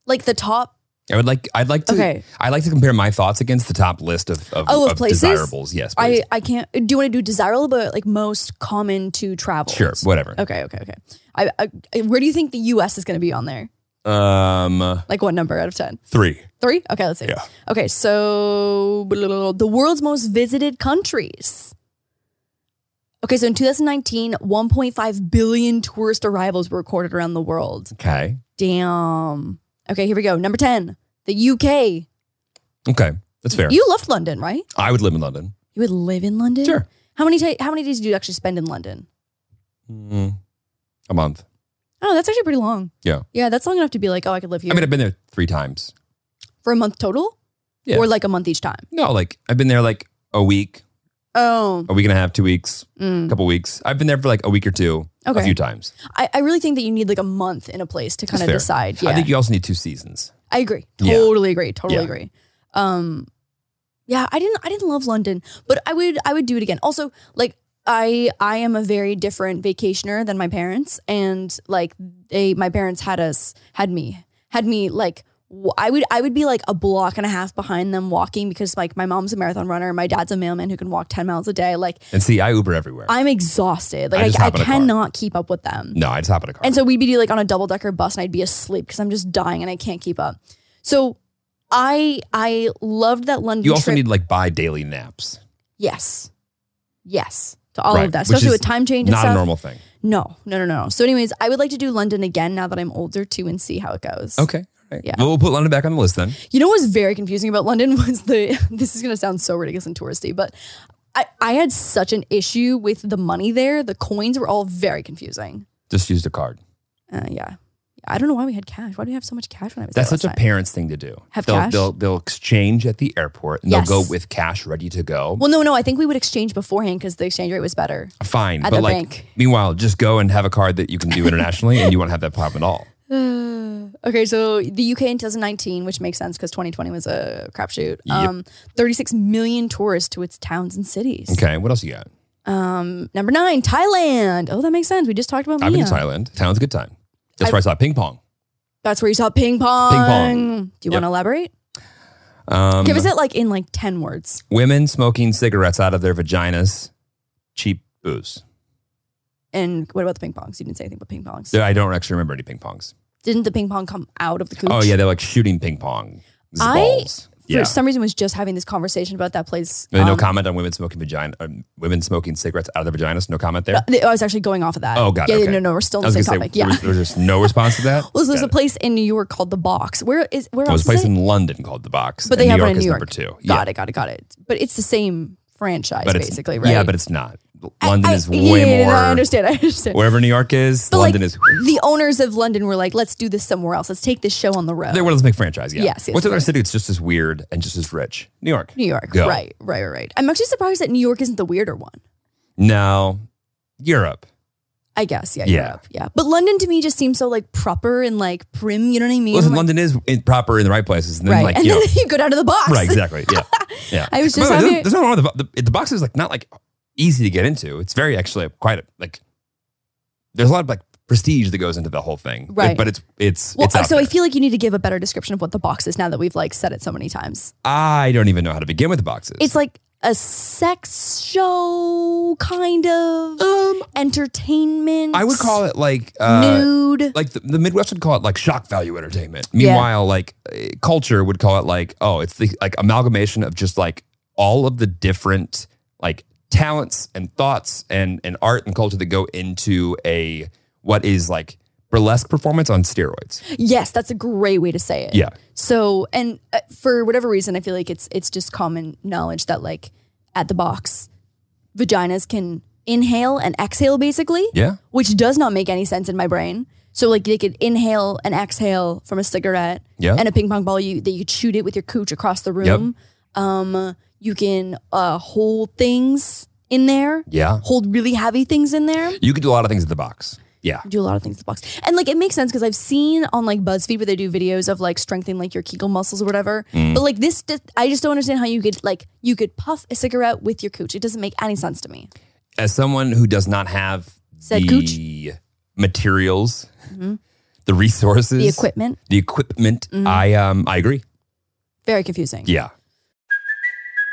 C: Like the top.
D: I would like. I'd like to.
C: Okay.
D: I'd like to compare my thoughts against the top list of of,
C: Oh, of places?
D: desirables. Yes.
C: I,
D: please.
C: I can't. Do you want to do desirable, but like most common to travel?
D: sure. Whatever.
C: Okay, okay, okay. I, I, I- where do you think the US is going to be on there?
D: Um,
C: Like what number out of 10?
D: three.
C: Three? Okay, let's see.
D: Yeah.
C: Okay, so blah, blah, blah, the world's most visited countries. Okay, so in 2019, 1.5 billion tourist arrivals were recorded around the world.
D: Okay.
C: Damn. Okay, here we go. Number 10, the UK.
D: Okay. That's fair.
C: You Mm. loved London, right?
D: I would live in London.
C: You would live in London?
D: Sure.
C: How many, ti- how many days did you actually spend in London?
D: Mm, a month.
C: Oh, that's actually pretty long.
D: Yeah.
C: Yeah, that's long enough to be like, oh, I could live here
D: I mean, I've been there three times.
C: for a month total
D: Yeah.
C: or like a month each time.
D: no, like I've been there like a week,
C: Oh,
D: a week and a half, two weeks, a
C: mm.
D: couple weeks. I've been there for like a week or two,
C: Okay.
D: a few times.
C: I, I really think that you need like a month in a place to kind
D: That's
C: of
D: fair.
C: decide. Yeah, I,
D: I think you also need two seasons.
C: agree.
D: Yeah.
C: Totally agree. Totally
D: Yeah.
C: agree. Um, yeah, I didn't. I didn't love London, but I would. I would do it again. Also, like I, I am a very different vacationer than my parents, and like they, my parents had us, had me, had me like w- I would I would be like a block and a half behind them walking because like my mom's a marathon runner, my dad's a mailman who can walk ten miles a day. Like
D: And see, I Uber everywhere.
C: I'm exhausted.
D: I
C: Like
D: just
C: I, I,
D: hop in a car.
C: cannot keep up with them.
D: no, I just hop in a car.
C: And so we'd be like on a double decker bus and I'd be asleep because I'm just dying and I can't keep up. So I I loved that London
D: you also
C: trip.
D: need to, like buy daily naps.
C: yes. Yes. To all
D: Right,
C: of that,
D: which
C: especially
D: is
C: with time change and
D: Not
C: stuff.
D: a normal thing.
C: No, no, no, no. So, anyways, I would like to do London again now that I'm older too and see how it goes.
D: Okay. All right.
C: Yeah.
D: Well, we'll put London back on the list then.
C: You know what was very confusing about London was the this is gonna sound so ridiculous and touristy, but I, I had such an issue with the money there. The coins were all very confusing.
D: Just use the card.
C: Uh, yeah. I don't know why we had cash. Why do we have so much cash when I was
D: That's
C: there
D: such
C: last
D: a
C: time?
D: parent's thing to do.
C: Have
D: they'll,
C: cash?
D: They'll, they'll exchange at the airport and
C: Yes.
D: they'll go with cash ready to go.
C: Well, no, no. I think we would exchange beforehand because the exchange rate was better.
D: Fine.
C: at
D: but
C: the
D: like,
C: bank.
D: meanwhile, just go and have a card that you can do internationally and you won't have that problem at all.
C: Okay, so the UK in 2019, which makes sense because 2020 was a crapshoot. Um, 36 million tourists to its towns and cities.
D: Okay. What else you got?
C: Number nine, Thailand. Oh, that makes sense. We just talked about
D: I've been
C: Mia.
D: to Thailand. Thailand's a good time. That's where I saw ping pong.
C: That's where you saw ping pong.
D: pong.
C: Do you
D: Yep.
C: want to elaborate?
D: Um,
C: Give us it like in like 10 words.
D: women smoking cigarettes out of their vaginas, cheap booze.
C: And what about the ping pongs? You didn't say anything about ping pongs.
D: There- I don't actually remember any ping pongs.
C: Didn't the ping pong come out of the cooch?
D: Oh yeah, they're like shooting ping pong
C: I-
D: balls.
C: For
D: yeah.
C: some reason, was just having this conversation about that place.
D: Really, no
C: um,
D: comment on women smoking vagina, um, women smoking cigarettes out of their vaginas. No comment there.
C: th- I was actually going off of that.
D: oh god.
C: Yeah,
D: okay.
C: no, no, we're still
D: I
C: on the
D: was
C: same
D: gonna say,
C: topic.
D: there
C: Yeah.
D: was- There's just no response to that.
C: Well, there's a
D: Got it.
C: place in New York called the Box. Where is where
D: There was
C: else
D: a place
C: is it?
D: in London called the Box.
C: but
D: and
C: they
D: New
C: have
D: York
C: one in
D: is
C: New York.
D: number two.
C: Got
D: yeah.
C: it, got it, got it. But it's the same franchise,
D: But it's-
C: basically, right?
D: Yeah, but it's not. London
C: I-
D: is
C: yeah,
D: way
C: yeah,
D: more.
C: I understand. I understand.
D: Wherever New York is,
C: But, like,
D: London is.
C: the owners of London were like, "Let's do this somewhere else. Let's take this show on the road."
D: They're one of those big franchise. Yeah.
C: Yes, yes,
D: What's another
C: right.
D: city that's just as weird and just as rich? New York.
C: New York,
D: Go.
C: right, right, right, right. I'm actually surprised that New York isn't the weirder one.
D: No, Europe.
C: I guess, yeah,
D: Yeah.
C: yeah, yeah. But London to me just seems so like proper and like prim. You know what I mean?
D: Listen,
C: Like-
D: London is in, proper in the right places, and then
C: right?
D: like
C: and
D: you know,
C: then you go down to the box,
D: right, exactly, yeah, yeah.
C: I was just
D: By the way,
C: having-
D: there's, there's nothing wrong with the, bo- the the box is like not like easy to get into. It's very actually quite a, like there's a lot of like prestige that goes into the whole thing, Like,
C: Right.
D: but it's it's
C: Well,
D: it's out
C: so I
D: there.
C: feel like you need to give a better description of what the box is now that we've like said it so many times.
D: I don't even know how to begin with the boxes.
C: It's like a sex show, kind of entertainment.
D: I would call it like uh,
C: nude.
D: like the, the Midwest would call it like shock value entertainment.
C: Yeah.
D: Meanwhile, like eh, culture would call it like oh, it's the like amalgamation of just like all of the different like talents and thoughts and and art and culture that go into a what is like burlesque performance on steroids.
C: yes, that's a great way to say it.
D: Yeah.
C: So, and uh, for whatever reason, I feel like it's it's just common knowledge that like at the box, vaginas can inhale and exhale basically.
D: Yeah.
C: Which does not make any sense in my brain. So like they could inhale and exhale from a cigarette.
D: Yeah.
C: And a ping pong ball you that you could shoot it with your cooch across the room. Um, you can uh, hold things in there.
D: Yeah.
C: Hold really heavy things in there
D: You could do a lot of things at the box. Yeah.
C: do a lot of things in the box. And like it makes sense because I've seen on like BuzzFeed where they do videos of like strengthening like your Kegel muscles or whatever.
D: Mm.
C: But like this, just- I just don't understand how you could like you could puff a cigarette with your cooch. It doesn't make any sense to me.
D: As someone who does not have
C: Said Mm-hmm.
D: the materials, the resources,
C: The Mm-hmm. equipment
D: the equipment, I um I agree.
C: very confusing.
D: Yeah.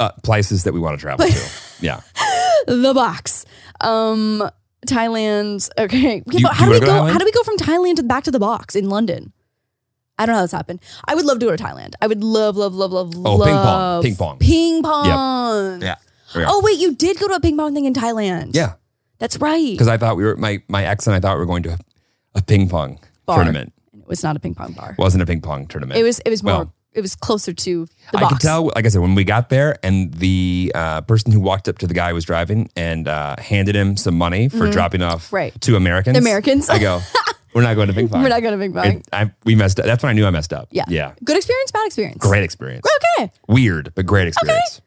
D: Uh, places that we want to travel to. Yeah.
C: the box. Um, Thailand. Okay, Yeah,
D: You-
C: but how do we
D: you wanna go to
C: go?
D: Thailand?
C: How do we go from Thailand to back to the box in London? I don't know how this happened. I would love to go to Thailand. I would love, love, love, love,
D: Oh, ping pong,
C: love
D: ping pong.
C: ping pong.
D: Yeah.
C: Oh wait, you did go to a ping pong thing in Thailand.
D: Yeah.
C: that's right.
D: Because I thought we were, my, my ex and I thought we were going to a ping pong
C: Bar.
D: tournament.
C: it was not a ping pong bar.
D: wasn't a ping pong tournament.
C: It was. It was more.
D: Well,
C: it was closer to the
D: I
C: box.
D: could tell, like I said, when we got there and the uh, person who walked up to the guy who was driving and uh, handed him some money for
C: Mhm.
D: dropping off
C: Right.
D: two Americans.
C: The Americans.
D: I go, we're not going to ping pong.
C: We're not going to ping pong.
D: It- I, we messed up. That's when I knew I messed up.
C: Yeah.
D: Yeah.
C: Good experience, bad experience.
D: Great experience.
C: Okay.
D: Weird, but great experience.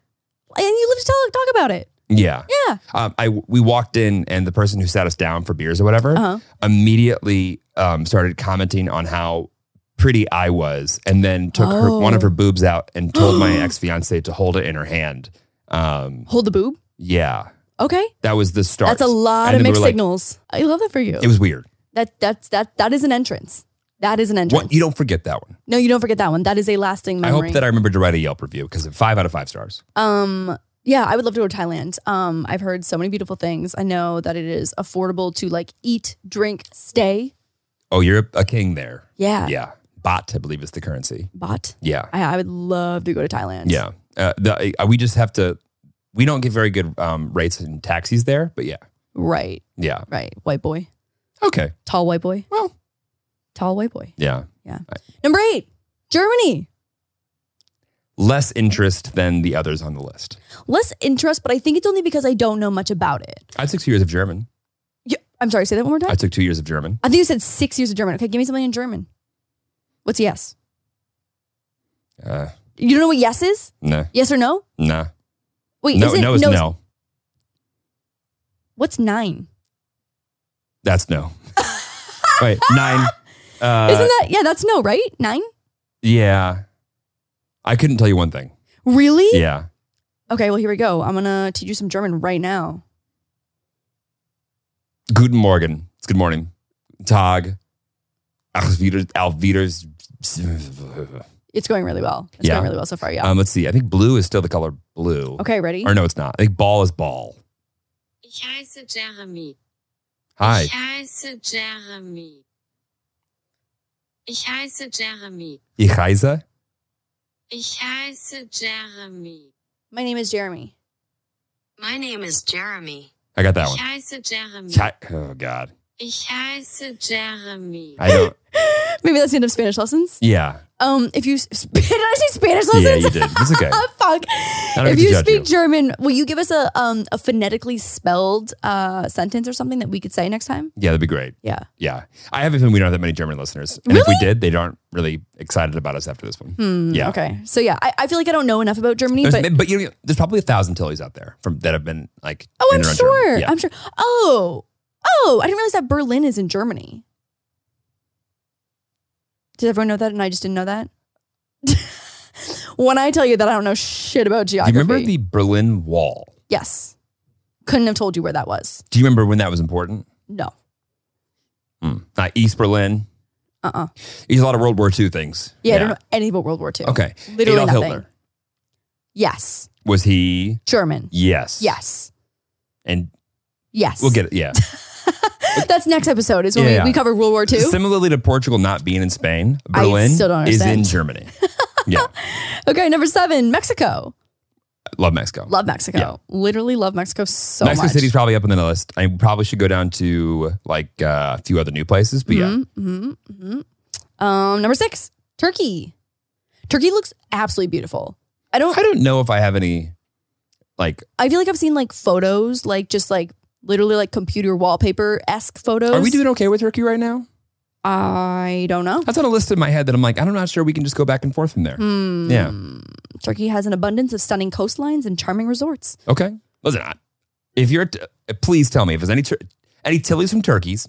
C: And you live to tell, talk about it.
D: Yeah.
C: Yeah.
D: Um, I we walked in and the person who sat us down for beers or whatever
C: Uh-huh.
D: immediately um, started commenting on how pretty I was, and then took her, one of
C: Oh.
D: her boobs out and told my ex fiance to hold it in her hand. Um,
C: Hold the boob.
D: yeah,
C: Okay.
D: that was the start.
C: That's a lot
D: And
C: of
D: then we
C: mixed
D: were like-
C: signals. I love that for you.
D: It was weird.
C: that that's that that is an entrance. That is an entrance.
D: What you don't forget that one.
C: No, you don't forget that one. That is a lasting memory.
D: I hope that I remembered to write a Yelp review because five out of five stars.
C: um yeah, I would love to go to Thailand. Um I've heard so many beautiful things. I know that it is affordable to like eat, drink, stay.
D: Oh, you're a king there.
C: Yeah.
D: yeah. Bot, I believe is the currency.
C: Bot.
D: Yeah,
C: I, I would love to go to Thailand.
D: Yeah. Uh, the, uh, we just have to, we don't get very good um, rates in taxis there, but yeah.
C: Right.
D: Yeah.
C: Right. White boy.
D: Okay.
C: Tall white boy.
D: Well.
C: Tall white boy.
D: Yeah.
C: Yeah. Number eight, Germany.
D: Less interest than the others on the list.
C: Less interest, but I think it's only because I don't know much about it.
D: I took two years of German.
C: Yeah, I'm sorry, say that one more time.
D: I took two years of German.
C: I think you said six years of German. Okay, give me something in German. What's yes?
D: Uh,
C: You don't know what yes is?
D: no.
C: Yes or no?
D: Nah.
C: Wait,
D: no,
C: is it
D: no is no.
C: What's nine?
D: That's no. Wait, nine. Uh,
C: Isn't that yeah? That's no, right? Nine?
D: Yeah. I couldn't tell you one thing.
C: Really?
D: Yeah.
C: Okay, well here we go. I'm gonna teach you some German right now.
D: Guten Morgen. It's good morning. Tag. Auf Wieder- Auf Wiedersehen.
C: It's going really well. It's
D: Yeah.
C: going really well so far. Yeah.
D: Um, let's see. I think blue is still the color blue.
C: okay, ready?
D: Or no, it's not. I think ball is ball.
G: Ich heiße Jeremy.
D: Hi.
G: Ich heiße Jeremy. Ich heiße Jeremy.
D: Ich heiße.
G: Ich heiße Jeremy.
C: My name is Jeremy.
G: My name is Jeremy.
D: I got that one.
G: Ich heiße Jeremy.
D: Chi- Oh God.
G: Ich heiße Jeremy.
D: I don't.
C: Maybe that's the end of Spanish lessons.
D: Yeah.
C: Um, if you sp- did I say Spanish lessons? Oh,
D: Yeah, you did. It's okay.
C: Fuck.
D: don't get
C: If
D: to
C: you
D: judge
C: speak
D: you.
C: German, will you give us a um a phonetically spelled uh sentence or something that we could say next time?
D: Yeah, that'd be great.
C: Yeah.
D: Yeah. I have a feeling we don't have that many German listeners, and if we did, they aren't really excited about us after this one.
C: Hmm,
D: Yeah.
C: Okay. So yeah, I, I feel like I don't know enough about Germany,
D: There's,
C: but
D: but, you know, there's probably a thousand Tillys out there from that have been like.
C: Oh, I'm
D: in and around
C: sure.
D: Germany. Yeah.
C: I'm sure. Oh, oh, I didn't realize that Berlin is in Germany. Did everyone know that? And I just didn't know that. when I tell you that I don't know shit about
D: Do
C: geography.
D: you remember the Berlin Wall?
C: yes. Couldn't have told you where that was.
D: Do you remember when that was important?
C: No.
D: Hmm. Not East Berlin.
C: Uh uh
D: There's a lot of World War II things.
C: Yeah, I don't know anything about World War II.
D: Okay.
C: Literally
D: Adolf
C: nothing.
D: Hitler.
C: Yes.
D: Was he?
C: German.
D: Yes.
C: Yes.
D: And
C: Yes.
D: we'll get it. Yeah.
C: That's next episode is when
D: Yeah.
C: we, we cover World War II.
D: Similarly to Portugal not being in Spain,
C: I
D: Berlin
C: still don't
D: is in
C: understand.
D: Germany. yeah.
C: okay, number seven, Mexico.
D: Love Mexico.
C: Love Mexico.
D: Yeah.
C: Literally love Mexico so
D: Mexico
C: much.
D: City's probably up on the list. I probably should go down to like uh, a few other new places, but yeah.
C: hmm Um, number six, Turkey. Turkey looks absolutely beautiful. I don't.
D: I don't know if I have any like
C: I feel like I've seen like photos, like just like literally like computer wallpaper esque photos.
D: Are we doing okay with Turkey right now?
C: I don't know.
D: That's on a list in my head that I'm like, I'm not sure we can just go back and forth from there.
C: Hmm.
D: Yeah.
C: Turkey has an abundance of stunning coastlines and charming resorts.
D: Okay. Listen, I, If you're, t- please tell me if there's any tur- any tillies from turkeys.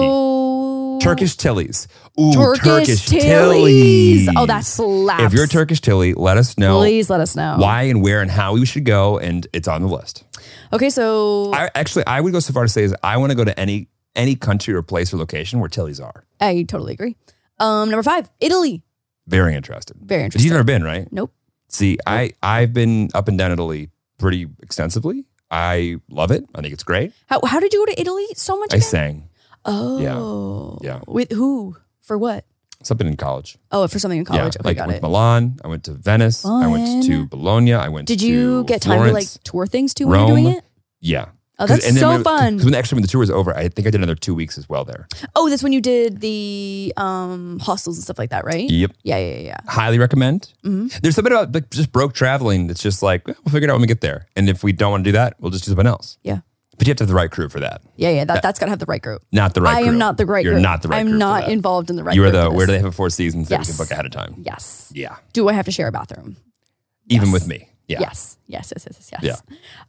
C: So
D: Turkish tillies. Ooh,
C: Turkish,
D: Turkish,
C: tillies.
D: tillies.
C: Oh, that slaps.
D: If you're a Turkish tilly, let us know.
C: please let us know
D: Why and where and how we should go, and it's on the list.
C: Okay, so
D: I actually I would go so far to say is I want to go to any any country or place or location where tillies are.
C: I totally agree. Um, number five, Italy.
D: Very interested.
C: Very
D: But You've never been, right?
C: Nope.
D: See, I I've been up and down Italy pretty extensively. I love it. I think it's great.
C: How how did you go to Italy so much?
D: I
C: again?
D: sang
C: Oh,
D: Yeah.
C: With who? For what?
D: something in college.
C: Oh, for something in college.
D: Yeah,
C: okay,
D: like I
C: got
D: went
C: it.
D: to Milan. I went to Venice. I went to
C: Fun.
D: Bologna. I went.
C: Did
D: to
C: you get time to like
D: Florence,
C: tour things too when you're
D: Rome.
C: doing it?
D: Yeah.
C: Oh,
D: 'Cause-
C: that's
D: and then
C: so
D: when-
C: fun.
D: 'cause When actually when the tour was over, I think I did another two weeks as well there.
C: Oh, that's when you did the um hostels and stuff like that, right?
D: Yep.
C: Yeah, yeah, yeah.
D: Highly recommend.
C: Mhm.
D: There's something about like, just broke traveling that's just like eh, we'll figure it out when we get there, and if we don't want to do that, we'll just do something else.
C: Yeah.
D: But you have to have the right crew for that.
C: Yeah, yeah.
D: Yeah.
C: That, that's got to have the right group.
D: Not the right.
C: I
D: crew.
C: am not the right
D: You're
C: group.
D: not the right.
C: I'm
D: group for
C: not
D: that.
C: involved in the right
D: You are
C: group.
D: the
C: for
D: where do
C: this.
D: they have a Four Seasons that we can
C: Yes.
D: book ahead of time?
C: Yes.
D: Yeah.
C: Do I have to share a bathroom?
D: Even with me. Yeah.
C: Yes. Yes, yes, yes, yes. yes.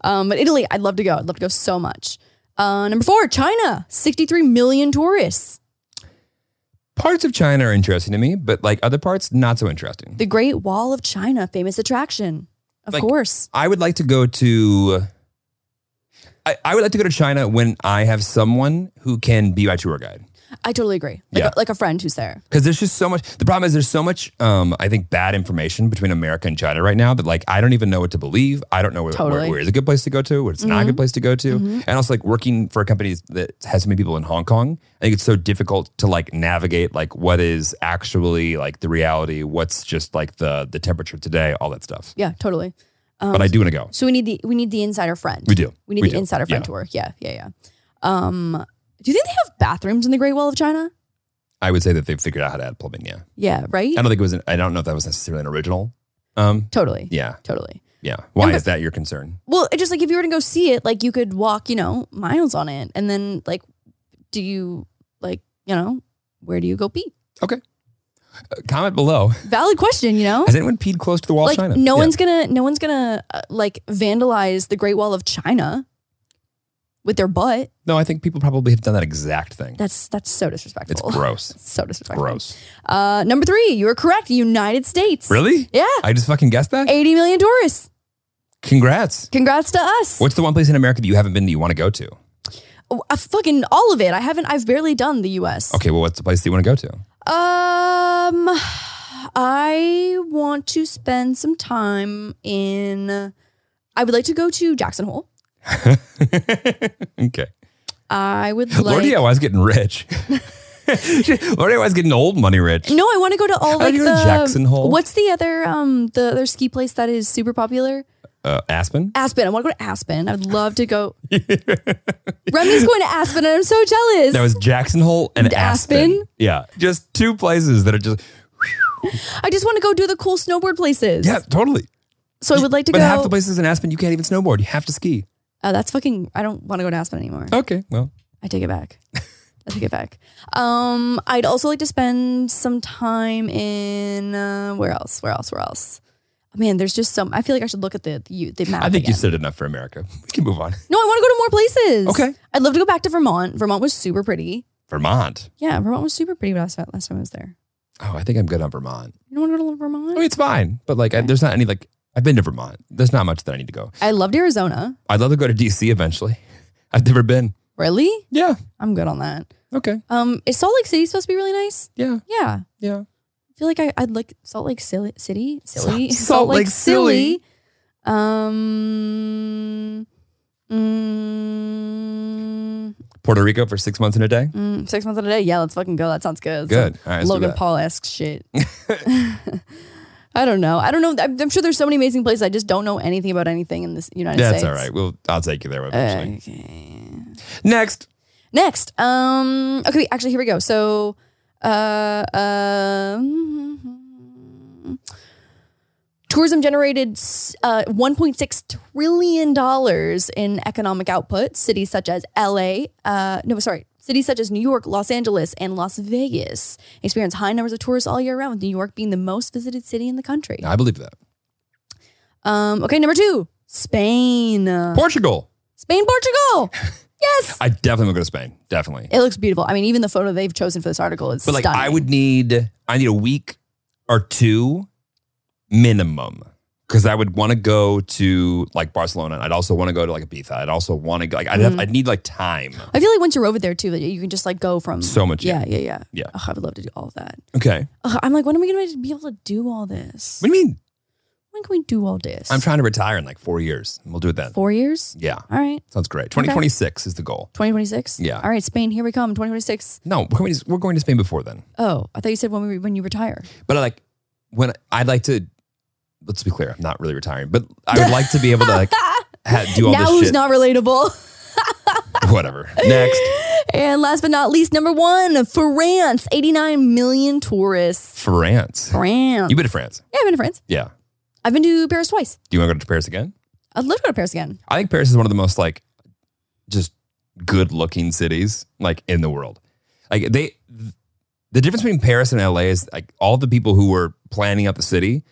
C: Um, but Italy, I'd love to go. I'd love to go so much. Uh, number four, China, 63 million tourists.
D: Parts of China are interesting to me, but like other parts, not so interesting.
C: The Great Wall of China, famous attraction. Of
D: Like,
C: course.
D: I would like to go to. I, I would like to go to China when I have someone who can be my tour guide.
C: I totally agree. Like,
D: Yeah.
C: a, like a friend who's there.
D: Because there's just so much. The problem is there's so much. Um, I think bad information between America and China right now that like I don't even know what to believe. I don't know where,
C: Totally.
D: where- where is a good place to go to, where it's not a good
C: Mhm.
D: place to go to,
C: Mhm.
D: and also like working for a company that has so many people in Hong Kong. I think it's so difficult to like navigate like what is actually like the reality, what's just like the the temperature today, all that stuff.
C: Yeah, totally. Um,
D: but I do want to go.
C: So we need the we need the insider friend.
D: We do.
C: We need
D: We
C: the
D: do.
C: insider friend
D: Yeah.
C: tour. Yeah, yeah, yeah. Um, do you think they have bathrooms in the Great Wall of China?
D: I would say that they've figured out how to add plumbing. Yeah.
C: Yeah, right.
D: I don't think it was. An, I don't know if that was necessarily an original. Um.
C: Totally.
D: Yeah.
C: Totally.
D: Yeah. Why
C: but-
D: is that your concern?
C: Well, it just like if you were to go see it, like you could walk, you know, miles on it, and then like, do you like, you know, where do you go pee?
D: Uh, comment below.
C: Valid question, you know.
D: Has anyone peed close to the wall
C: Like
D: of China?
C: no
D: Yeah.
C: one's gonna, no one's gonna uh, like vandalize the Great Wall of China with their butt.
D: No, I think people probably have done that exact thing.
C: That's oh, that's so
D: It's
C: disrespectful.
D: gross.
C: so disrespectful.
D: gross.
C: Uh, number three, you were correct. United States.
D: Really?
C: Yeah.
D: I just fucking guessed that.
C: 80 million tourists.
D: Congrats.
C: Congrats to us.
D: What's the one place in America that you haven't been that you want to go to?
C: Oh, I fucking all of it. I haven't, I've barely done the US.
D: Okay, well, what's the place that you want to go to?
C: Um, I want to spend some time in, I would like to go to Jackson Hole.
D: Okay.
C: I would like.
D: Lordy, I was getting rich. Lordy, I was getting old money rich.
C: no, I want to go to all
D: I
C: like
D: wanna
C: the
D: go to Jackson Hole.
C: What's the other um the other ski place that is super popular?
D: Uh, Aspen?
C: Aspen. I want to go to Aspen. I would love to go. Remy's going to Aspen, and I'm so jealous.
D: That was Jackson Hole and Aspen.
C: Aspen?
D: Yeah, just two places that are just
C: I just want to go do the cool snowboard places.
D: yeah, totally.
C: So I would like to
D: but
C: go.
D: half the places in Aspen you can't even snowboard. You have to ski.
C: Uh, that's fucking. I don't want to go to Aspen anymore.
D: Okay, well,
C: I take it back. I take it back. Um, I'd also like to spend some time in uh, where else? Where else? Where else? Man, there's just some. I feel like I should look at the the, the map.
D: I think you
C: again.
D: said enough for America. We can move on.
C: No, I want to go to more places.
D: Okay.
C: I'd love to go back to Vermont. Vermont was super pretty.
D: Vermont.
C: Yeah, Vermont was super pretty when I was, last time I was there.
D: Oh, I think I'm good on Vermont.
C: You don't want to go to Vermont?
D: I mean, it's fine, but like, I, there's not any like. I've been to Vermont. There's not much that I need to go.
C: I loved Arizona.
D: I'd love to go to DC eventually. I've never been.
C: Really?
D: Yeah.
C: I'm good on that.
D: Okay.
C: Um, is Salt Lake City supposed to be really nice?
D: Yeah.
C: Yeah.
D: Yeah.
C: I feel like I, I'd like Salt Lake Silly, City, Silly,
D: Salt Lake
C: Silly. Um, mm,
D: Puerto Rico for six months in a day.
C: mm, six months in a day. Yeah, let's fucking go. That sounds good.
D: Good.
C: Some
D: All right, let's do
C: Logan
D: that.
C: Paul esque shit. I don't know. I don't know. I'm, I'm sure there's so many amazing places. I just don't know anything about anything in this United
D: That's
C: States.
D: all right. We'll. I'll take you there eventually.
C: Okay.
D: Next.
C: Next. Um. Okay. Actually, here we go. So, uh, um, tourism generated uh, 1.6 trillion dollars in economic output. Cities such as L.A. Uh, no, sorry. Cities such as New York, Los Angeles, and Las Vegas experience high numbers of tourists all year round, with New York being the most visited city in the country.
D: I believe that.
C: Um, okay, number two, Spain.
D: Portugal.
C: Spain, Portugal. Yes.
D: I definitely will go to Spain. Definitely.
C: It looks beautiful. I mean, even the photo they've chosen for this article is
D: But like,
C: stunning.
D: I would need I need a week or two minimum because I would want to go to like Barcelona. and I'd also want to go to like Ibiza. I'd also want to go like I'd have,
C: Mhm.
D: I'd need like time.
C: I feel like once you're over there too, like, you can just like go from
D: So much,
C: Yeah, yeah,
D: yeah.
C: yeah.
D: Yeah.
C: Ugh, I would love to do all of that.
D: Okay.
C: Ugh, I'm like, when am I going to be able to do all this?
D: What do you mean?
C: When can we do all this?
D: I'm trying to retire in like four years. and We'll do it then.
C: Four years.
D: Yeah.
C: All right.
D: Sounds great. 2026 is the goal.
C: 2026.
D: Yeah.
C: All right, Spain. Here we come. 2026.
D: No, we're going to- we're going to Spain before then.
C: Oh, I thought you said when we when you retire.
D: But I like when I'd like to. Let's be clear. I'm not really retiring, but I would like to be able to like ha, do all
C: now
D: this
C: who's
D: shit.
C: not relatable?
D: Whatever. Next,
C: And last but not least, number one, France. 89 million tourists.
D: France.
C: France.
D: You've been to France.
C: Yeah, I've been to France.
D: Yeah.
C: I've been to Paris twice.
D: Do you want to go to Paris again?
C: I'd love to go to Paris again.
D: I think Paris is one of the most like just good looking cities like in the world. Like they the difference between Paris and LA is like all the people who were planning up the city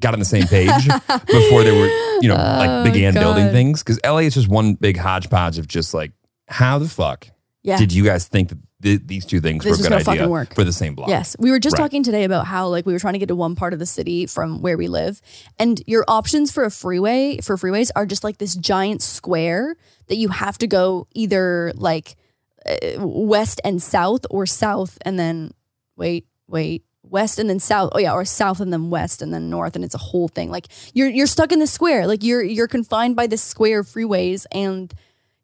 D: got on the same page before they were, you know,
C: Oh,
D: like began building
C: God.
D: things cuz LA is just one big hodgepodge of just like how the fuck
C: Yeah.
D: did you guys think that th- these two things
C: This was
D: were a
C: gonna
D: good idea
C: fucking work.
D: for the same block?
C: Yes. We were just
D: Right.
C: talking today about how like we were trying to get to one part of the city from where we live. And your options for a freeway for freeways are just like this giant square that you have to go either like uh, west and south or south and then wait, wait. West and then south. Oh yeah, or south and then west and then north and it's a whole thing. Like you're you're stuck in the square. Like you're you're confined by this square of freeways and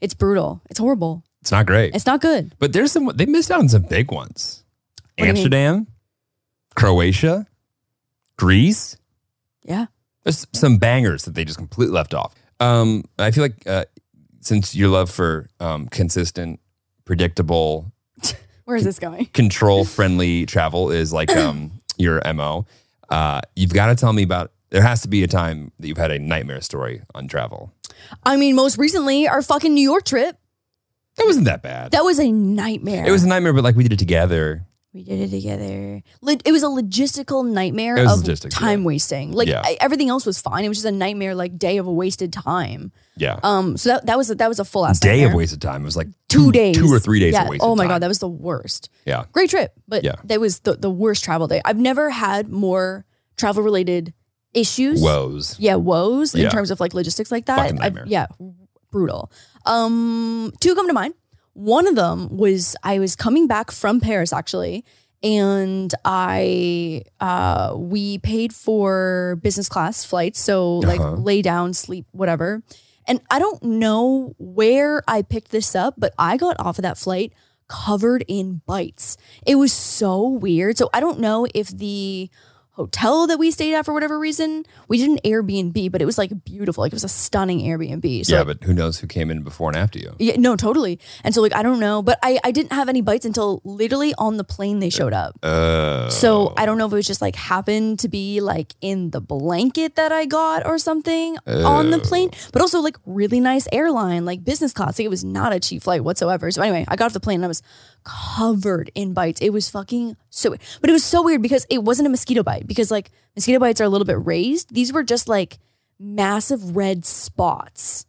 C: it's brutal. It's horrible.
D: It's not great.
C: It's not good.
D: But there's some they missed out on some big ones.
C: What do you mean?
D: Amsterdam, Croatia, Greece.
C: Yeah.
D: There's some bangers that they just completely left off. Um, I feel like uh, since your love for um, consistent, predictable,
C: Where is this going?
D: control friendly travel is like um, your mo. Uh, you've got to tell me about. There has to be a time that you've had a nightmare story on travel.
C: I mean, most recently, our fucking New York trip.
D: That wasn't that bad.
C: That was a nightmare.
D: It was a nightmare, but like we did it together.
C: We did it together. Lo- It was a logistical nightmare
D: It was
C: of
D: logistics,
C: time wasting. Like
D: Yeah.
C: I, everything else was fine. It was just a nightmare, like day of a wasted time.
D: Yeah.
C: Um. So that, that was a, that was a full ass
D: Day of
C: nightmare.
D: wasted time. It was like
C: Two, days,
D: two or three days
C: Yeah.
D: of wasted
C: Oh my
D: time.
C: god, that was the worst.
D: Yeah.
C: Great trip, but
D: Yeah.
C: that was the the worst travel day. I've never had more travel related issues.
D: Woes.
C: Yeah, woes in
D: Yeah.
C: terms of like logistics like that.
D: Fucking
C: I've-
D: nightmare.
C: yeah, brutal. Um, two come to mind. One of them was I was coming back from Paris actually, and I uh, we paid for business class flights, so like
D: Uh-huh.
C: lay down, sleep, whatever. And I don't know where I picked this up, but I got off of that flight covered in bites. It was so weird. So I don't know if the hotel that we stayed at for whatever reason, we did an Airbnb, but it was like beautiful. Like it was a stunning Airbnb. So
D: yeah,
C: like,
D: but who knows who came in before and after you?
C: yeah, no, totally. And so like I don't know, but I I didn't have any bites until literally on the plane they showed up.
D: Uh,
C: So I don't know if it was just like happened to be like in the blanket that I got or something on the plane, but also like really nice airline, like business class. Like it was not a cheap flight whatsoever. So anyway, I got off the plane and I was covered in bites. It was fucking so, weird. but it was so weird because it wasn't a mosquito bite because like mosquito bites are a little bit raised. These were just like massive red spots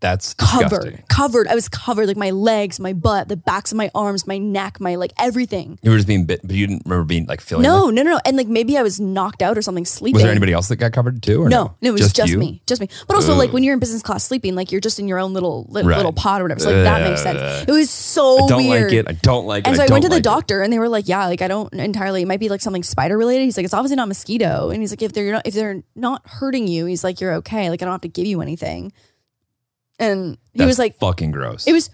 D: that's
C: covered,
D: disgusting.
C: covered. I was covered like my legs, my butt, the backs of my arms, my neck, my like everything.
D: You were just being bit, but you didn't remember being like feeling.
C: No,
D: like-
C: no, no, no. And like maybe I was knocked out or something sleeping.
D: was there anybody else that got covered too? Or no,
C: No, no, it was just,
D: you?
C: me, just me. But also,
D: Ugh.
C: like when you're in business class sleeping, like you're just in your own little little,
D: Right.
C: little pod or whatever. So like that makes sense.
D: Ugh.
C: It was so
D: I don't
C: Oh, weird.
D: like it. I don't like it.
C: and so I,
D: don't
C: went to the
D: like it.
C: doctor, and they were like, "Yeah, like I don't entirely. It might be like something spider related." He's like, "It's obviously not mosquito." And he's like, "If they're not, if they're not hurting you, he's like, you're okay. Like I don't have to give you anything." And he
D: That's
C: was like,
D: "Fucking gross."
C: It was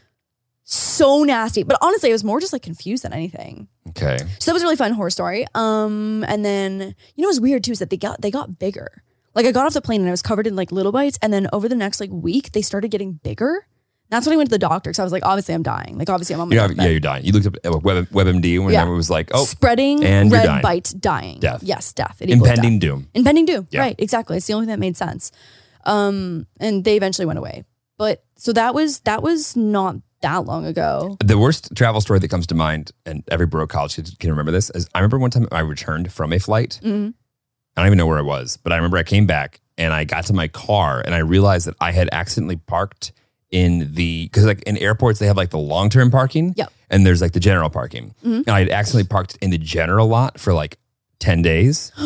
C: so nasty. But honestly, I was more just like confused than anything.
D: okay.
C: So that was a really fun horror story. Um, and then you know what's weird too is that they got they got bigger. Like I got off the plane and I was covered in like little bites, and then over the next like week they started getting bigger. That's when I went to the doctor because I was like, obviously I'm dying. Like obviously I'm on my
D: You know, yeah,
C: deathbed.
D: you're dying. You looked up uh, Web, WebMD when
C: Yeah.
D: it was like, "Oh,
C: spreading
D: and you're
C: red
D: dying.
C: bite dying
D: Death.
C: Yes, death. It equals
D: impending
C: death.
D: doom."
C: Impending doom.
D: Yeah.
C: Right. Exactly. It's the only thing that made sense. Um, and they eventually went away. But so that was that was not that long ago.
D: The worst travel story that comes to mind, and every bro college kid can remember this, is I remember one time I returned from a flight
C: Mhm.
D: I don't even know where I was, but I remember I came back and I got to my car and I realized that I had accidentally parked in the because like in airports they have like the long term parking.
C: Yep.
D: And there's like the general parking.
C: Mhm.
D: And I had accidentally parked in the general lot for like ten days,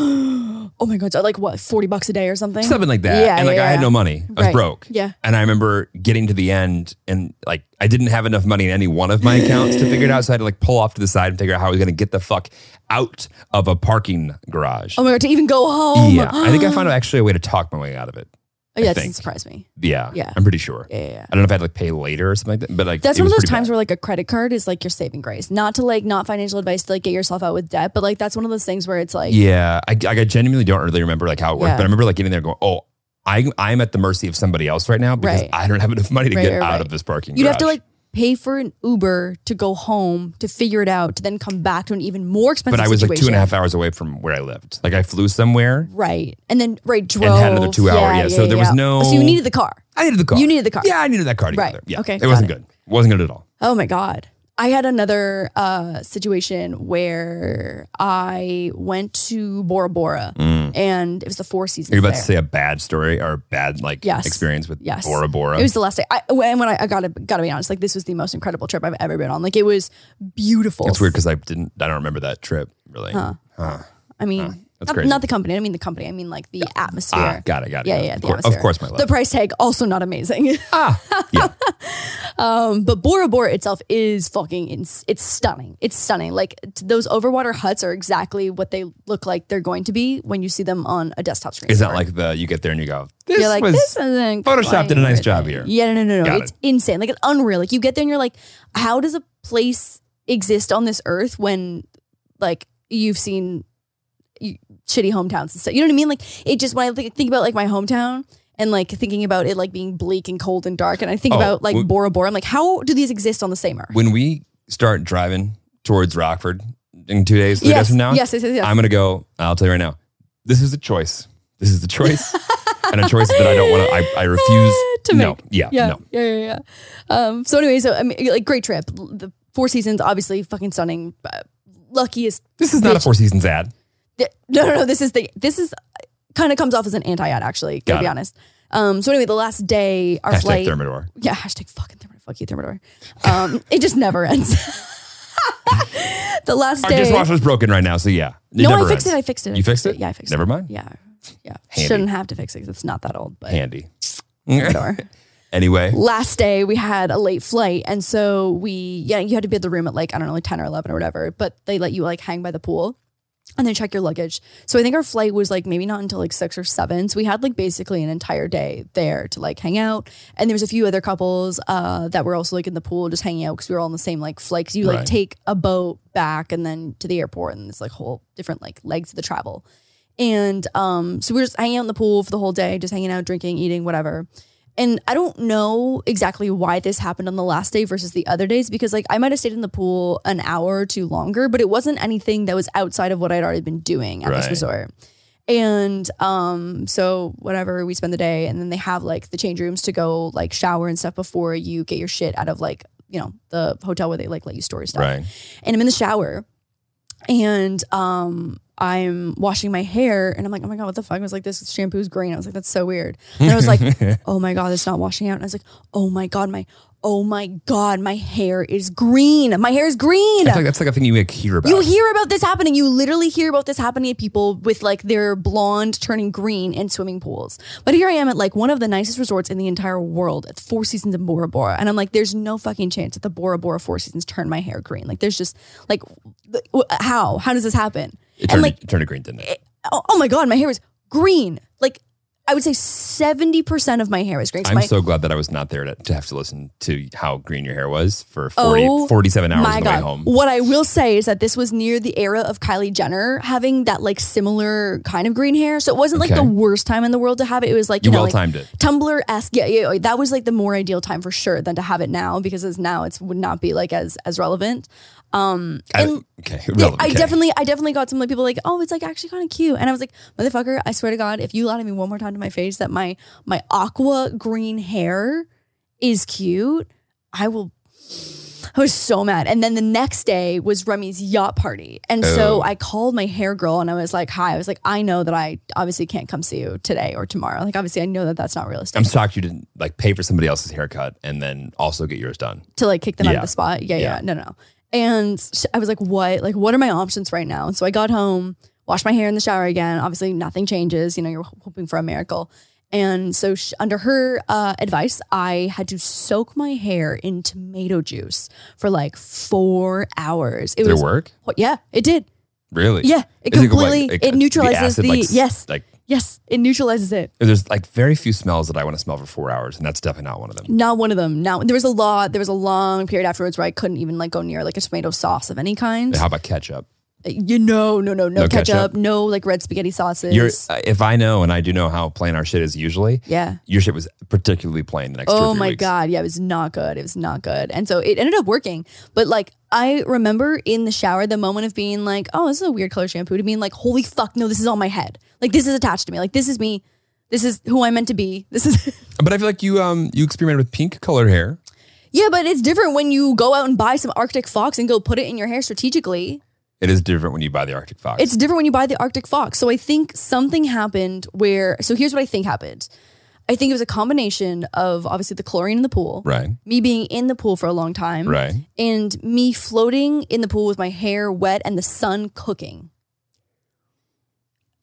C: oh my god, so like what, forty bucks a day or something?
D: something like that.
C: Yeah,
D: and like
C: yeah,
D: I had
C: yeah.
D: no money. I was
C: Right.
D: broke.
C: Yeah.
D: And I remember getting to the end and like I didn't have enough money in any one of my accounts to figure it out. So I had to like pull off to the side and figure out how I was gonna get the fuck out of a parking garage.
C: Oh my god, to even go home.
D: yeah. I think I found actually a way to talk my way out of it.
C: Oh, yeah,
D: I
C: that doesn't
D: think.
C: surprise me.
D: Yeah.
C: Yeah.
D: I'm pretty sure.
C: Yeah, yeah, yeah.
D: I don't know if I had to like pay later or something like that. But like
C: That's
D: it
C: one of
D: was
C: those
D: pretty
C: times
D: bad.
C: where like a credit card is like your saving grace. Not to like not financial advice to like get yourself out with debt, but like that's one of those things where it's like
D: yeah, I, I genuinely don't really remember like how it worked,
C: Yeah.
D: but I remember like getting there and going, oh, I, I'm at the mercy of somebody else right now because
C: Right.
D: I don't have enough money to
C: Right,
D: get
C: right,
D: out
C: right.
D: of this parking
C: you'd have to
D: garage."
C: like pay for an Uber to go home to figure it out to then come back to an even more expensive
D: but I was like two and
C: situation.
D: a half hours away from where I lived. Like I flew somewhere.
C: Right. And then right drove.
D: And had another two hour, yeah, so there was no-
C: So you needed the car.
D: I needed the car.
C: You needed the car.
D: Yeah, I needed that car to
C: Right.
D: get there. Yeah.
C: Okay,
D: It
C: got
D: wasn't good. Wasn't good at all.
C: Oh my God. I had another uh, situation where I went to Bora Bora
D: Mm.
C: and it was the four seasons.
D: You're about to
C: there.
D: say a bad story or a bad like
C: Yes.
D: experience with
C: Yes.
D: Bora Bora.
C: It was the last day. I, when when I, I gotta gotta be honest, like this was the most incredible trip I've ever been on. Like it was beautiful.
D: it's weird because I didn't I don't remember that trip really.
C: Huh.
D: Huh.
C: I mean,
D: That's
C: not,
D: crazy.
C: not the company. I don't mean the company. I mean like the atmosphere.
D: Ah, got it, got it.
C: yeah,
D: got it.
C: yeah.
D: Of,
C: the
D: course, of
C: atmosphere.
D: course, my love.
C: The price tag also not amazing. Ah, um, but Bora Bora itself is fucking. Ins- it's stunning. It's stunning. Like t- those overwater huts are exactly what they look like. They're going to be when you see them on a desktop screen.
D: It's not like the you get there and you go. This
C: You're like,
D: was
C: this isn't
D: Photoshop did a nice
C: quite
D: job here.
C: Yeah, no, no, no, no.
D: Got
C: It's
D: it.
C: insane. Like it's unreal. Like you get there and you're like, how does a place exist on this earth when like you've seen you- shitty hometowns and stuff? You know what I mean? Like it just when I think, think about like my hometown and like thinking about it like being bleak and cold and dark, and I think
D: Oh,
C: about like
D: we-
C: Bora Bora. I'm like, how do these exist on the same earth?
D: When we start driving towards Rockford in two days, three
C: Yes,
D: days from now,
C: yes, yes, yes, yes.
D: I'm gonna go. I'll tell you right now. This is a choice. This is the choice, and a choice that I don't want to. I, I refuse
C: To
D: No,
C: make.
D: yeah,
C: yeah,
D: no.
C: yeah, yeah, yeah. Um, so anyway, so I mean, like great trip. L- The Four Seasons, obviously, fucking stunning. Uh, luckiest.
D: This is not a
C: bitch-
D: Four Seasons ad.
C: Th- no, no, no. This is the this is kind of comes off as an anti-ad actually. To
D: Got
C: be
D: it.
C: honest. Um. So anyway, the last day our
D: Hashtag
C: flight.
D: Thermidor.
C: Yeah. Hashtag fucking Thermidor. Fuck you, Thermidor. Um. it just never ends. the last
D: Our
C: day.
D: dishwasher's broken right now, so yeah. It
C: no,
D: never
C: I fixed
D: ends.
C: it. I fixed it. I
D: You fixed it?
C: Yeah, I fixed
D: Never
C: it.
D: mind.
C: Yeah. Yeah.
D: Handy.
C: Shouldn't have to fix it. 'cause It's not that old, but
D: Handy.
C: Thermidor.
D: anyway,
C: last day we had a late flight and so we yeah you had to be at the room at like i don't know like 10 or 11 or whatever but they let you like hang by the pool and then check your luggage so i think our flight was like maybe not until like six or seven so we had like basically an entire day there to like hang out and there was a few other couples uh that were also like in the pool just hanging out because we were all on the same like flight 'Cause you like
D: Right.
C: take a boat back and then to the airport and it's like whole different like legs of the travel and um, so we were just hanging out in the pool for the whole day, just hanging out, drinking, eating, whatever. And I don't know exactly why this happened on the last day versus the other days because, like, I might have stayed in the pool an hour or two longer, but it wasn't anything that was outside of what I'd already been doing at this
D: Right.
C: resort. And um, so, whatever, we spend the day, and then they have like the change rooms to go like shower and stuff before you get your shit out of like, you know, the hotel where they like let you store your stuff
D: right.
C: and I'm in the shower and um I'm washing my hair and I'm like, oh my God, what the fuck? I was like, this shampoo's green. I was like, that's so weird. And I was like, oh my God, it's not washing out. And I was like, oh my God, my, oh my God, my hair is green. My hair is green.
D: I feel like that's like a thing you like, hear about.
C: You hear about this happening. You literally hear about this happening to people with like their blonde turning green in swimming pools. But here I am at like one of the nicest resorts in the entire world at Four Seasons in Bora Bora. And I'm like, there's no fucking chance that the Bora Bora Four Seasons turn my hair green. Like, there's just like, th- w- how? How does this happen?
D: It
C: and
D: turned,
C: like,
D: it turned to green, didn't it?
C: oh, oh my God, my hair is green. Like, I would say 70% of my hair is green.
D: I'm
C: my,
D: so glad that I was not there to, to have to listen to how green your hair was for 40, 47 hours on the way home.
C: What I will say is that this was near the era of Kylie Jenner having that like similar kind of green hair. So it wasn't like
D: Okay.
C: the worst time in the world to have it. It was like, you,
D: You
C: know,
D: well
C: like,
D: timed it.
C: Tumblr esque. Yeah, yeah, yeah, that was like the more ideal time for sure than to have it now because as now it's would not be like as as relevant. Um,
D: I-
C: and
D: okay,
C: yeah,
D: relevant,
C: I
D: okay.
C: definitely, I definitely got some like people like, oh, it's like actually kind of cute, and I was like, motherfucker, I swear to God, if you lie to me one more time to my face that my my aqua green hair is cute, I will I was so mad. And then the next day was Remy's yacht party. And so
H: Oh.
C: I called my hair girl and I was like, hi. I was like, I know that I obviously can't come see you today or tomorrow. Like, obviously, I know that that's not realistic.
D: I'm shocked you didn't like pay for somebody else's haircut and then also get yours done.
C: to like kick them out
D: Yeah.
C: of the spot. Yeah, yeah,
D: Yeah.
C: no, no, no. And sh- I was like, what? Like, what are my options right now? And so I got home, washed my hair in the shower again. Obviously, nothing changes. You know, you're ho- hoping for a miracle. And so, sh- under her uh, advice, I had to soak my hair in tomato juice for like four hours.
D: Did it work?
C: What- yeah, it did.
D: Really?
C: Yeah, it
D: Is like,
C: completely-
D: like,
C: it neutralizes
D: acid,
C: the-
D: like, s-
C: yes.
D: Like
C: Yes, it neutralizes it.
D: there's like very few smells that I want to smell for four hours, and that's definitely not one of them.
C: Not one of them. Not there was a lot. There was a long period afterwards where I couldn't even like go near like a tomato sauce of any kind.
D: And How about ketchup?
C: You know, no, no, no,
D: No
C: ketchup,
D: ketchup? uh,
C: no like red spaghetti sauces.
D: Your, if I know, and I do know how plain our shit is usually.
C: Yeah.
D: Your shit was particularly plain the next. two or
C: oh
D: three
C: my
D: weeks.
C: god, yeah, it was not good. It was not good, and so it ended up working. But like, I remember in the shower the moment of being like, "Oh, this is a weird color shampoo," to being like, "Holy fuck, no, this is on my head. Like, this is attached to me. Like, this is me. This is who I'm meant to be. This is."
D: But I feel like you um you experimented with pink colored hair.
C: yeah, but it's different when you go out and buy some Arctic Fox and go put it in your hair strategically.
D: It is different when you buy the Arctic Fox.
C: It's different when you buy the Arctic Fox. So I think something happened where. So here's what I think happened. I think it was a combination of obviously the chlorine in the pool,
D: right,
C: me being in the pool for a long time,
D: right.
C: and me floating in the pool with my hair wet and the sun cooking.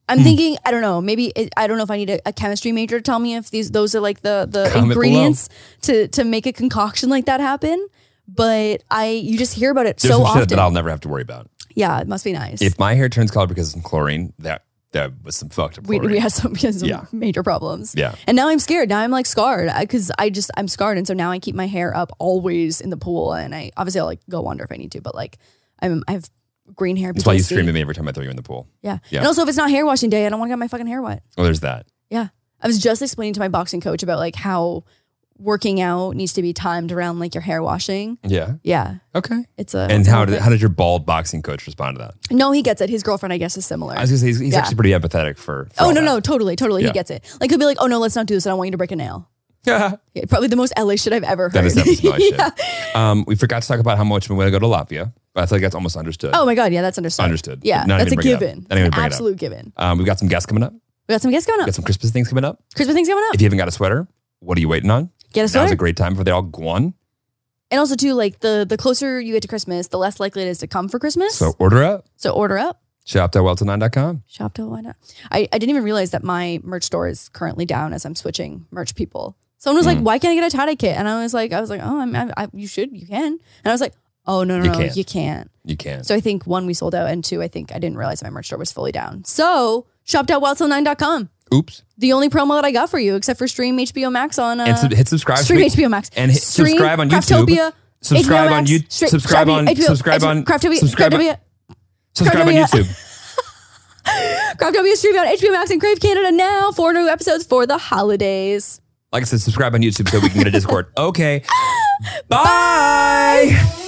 D: Hmm.
C: I'm thinking, I don't know, maybe it, I don't know if I need a, a chemistry major to tell me if these those are like the the
D: Comment below.
C: ingredients to to make a concoction like that happen. But I, you just hear about it
D: There's
C: so
D: some shit
C: often.
D: that I'll never have to worry about.
C: yeah, it must be nice.
D: If my hair turns colored because of some chlorine, that that was some fucked up.
C: we,
D: chlorine.
C: we had some, we had some
D: Yeah.
C: major problems.
D: Yeah.
C: And now I'm scared. Now I'm like scarred because I just, I'm scarred. And so now I keep my hair up always in the pool. And I obviously I'll like go under if I need to, but like I'm, I have green hair.
D: That's why you
C: PTSD.
D: scream at me every time I throw you in the pool.
C: Yeah.
D: Yeah.
C: And also if it's not hair washing day, I don't want to get my fucking hair wet.
D: Well, there's that.
C: Yeah. I was just explaining to my boxing coach about like how working out needs to be timed around like your hair washing.
D: Yeah.
C: Yeah.
D: Okay.
C: It's a,
D: and
C: it's a
D: how
C: whole
D: did
C: thing.
D: how did your bald boxing coach respond to that?
C: no, he gets it. His girlfriend, I guess, is similar.
D: I was gonna say he's, he's
C: Yeah.
D: actually pretty empathetic for. for
C: Oh
D: all
C: no,
D: that.
C: no, totally, totally.
D: Yeah.
C: He gets it. Like he'll be like, "Oh no, let's not do this. I don't want you to break a nail."
D: Yeah,
C: probably the most LA shit I've ever heard.
D: That is definitely some LA shit.
C: Yeah.
D: Um, we forgot to talk about how much we want to go to Latvia. But I feel like that's almost understood.
C: Oh my god, yeah, that's understood.
D: Understood.
C: Yeah,
D: Not
C: that's a
D: even bring it up.
C: given.
D: Not even
C: It's an
D: bring it up.
C: absolute given.
D: Um, we've got some guests coming up.
C: We got some guests
D: We've
C: coming up.
D: got some Christmas things coming up.
C: Christmas things coming up.
D: If you haven't got a sweater, what are you waiting on?
C: Get a
D: Now's
C: sweater.
D: a great time for they're all gone.
C: and also too, like the the closer you get to Christmas, the less likely it is to come for Christmas.
D: So order up.
C: So order up.
D: Shop.wellto9.com.
C: Shop till why not? I, I didn't even realize that my merch store is currently down as I'm switching merch people. Someone was like,
D: Mm.
C: "Why can't I get a tie dye kit?" And I was like, "I was like, oh, I'm, I, I, you should, you can." And I was like, "Oh no, no,
D: You
C: no,
D: can't.
C: you can't."
D: You can.
C: So I think one, we sold out, and two, I think I didn't realize my merch store was fully down. So shop.wildtill9.com.
D: Oops.
C: The only promo that I got for you, except for stream HBO Max on uh,
D: and sub- hit subscribe.
C: Stream
D: Sweet.
C: HBO Max
D: And hit
C: Stream
D: subscribe on YouTube.
C: Craftopia, HBO
D: Subscribe on
C: Max,
D: YouTube.
C: Stra-
D: Subscribe
C: Strapi-
D: on
C: HBO,
D: subscribe
C: it's
D: on
C: Craftopia,
D: subscribe on
C: Craftopia,
D: subscribe on
C: Craftopia.
D: YouTube.
C: Craftopia stream on HBO Max and Crave Canada now. Four new episodes for the holidays.
D: Like I said, subscribe on YouTube so we can get a Discord. Okay. Bye.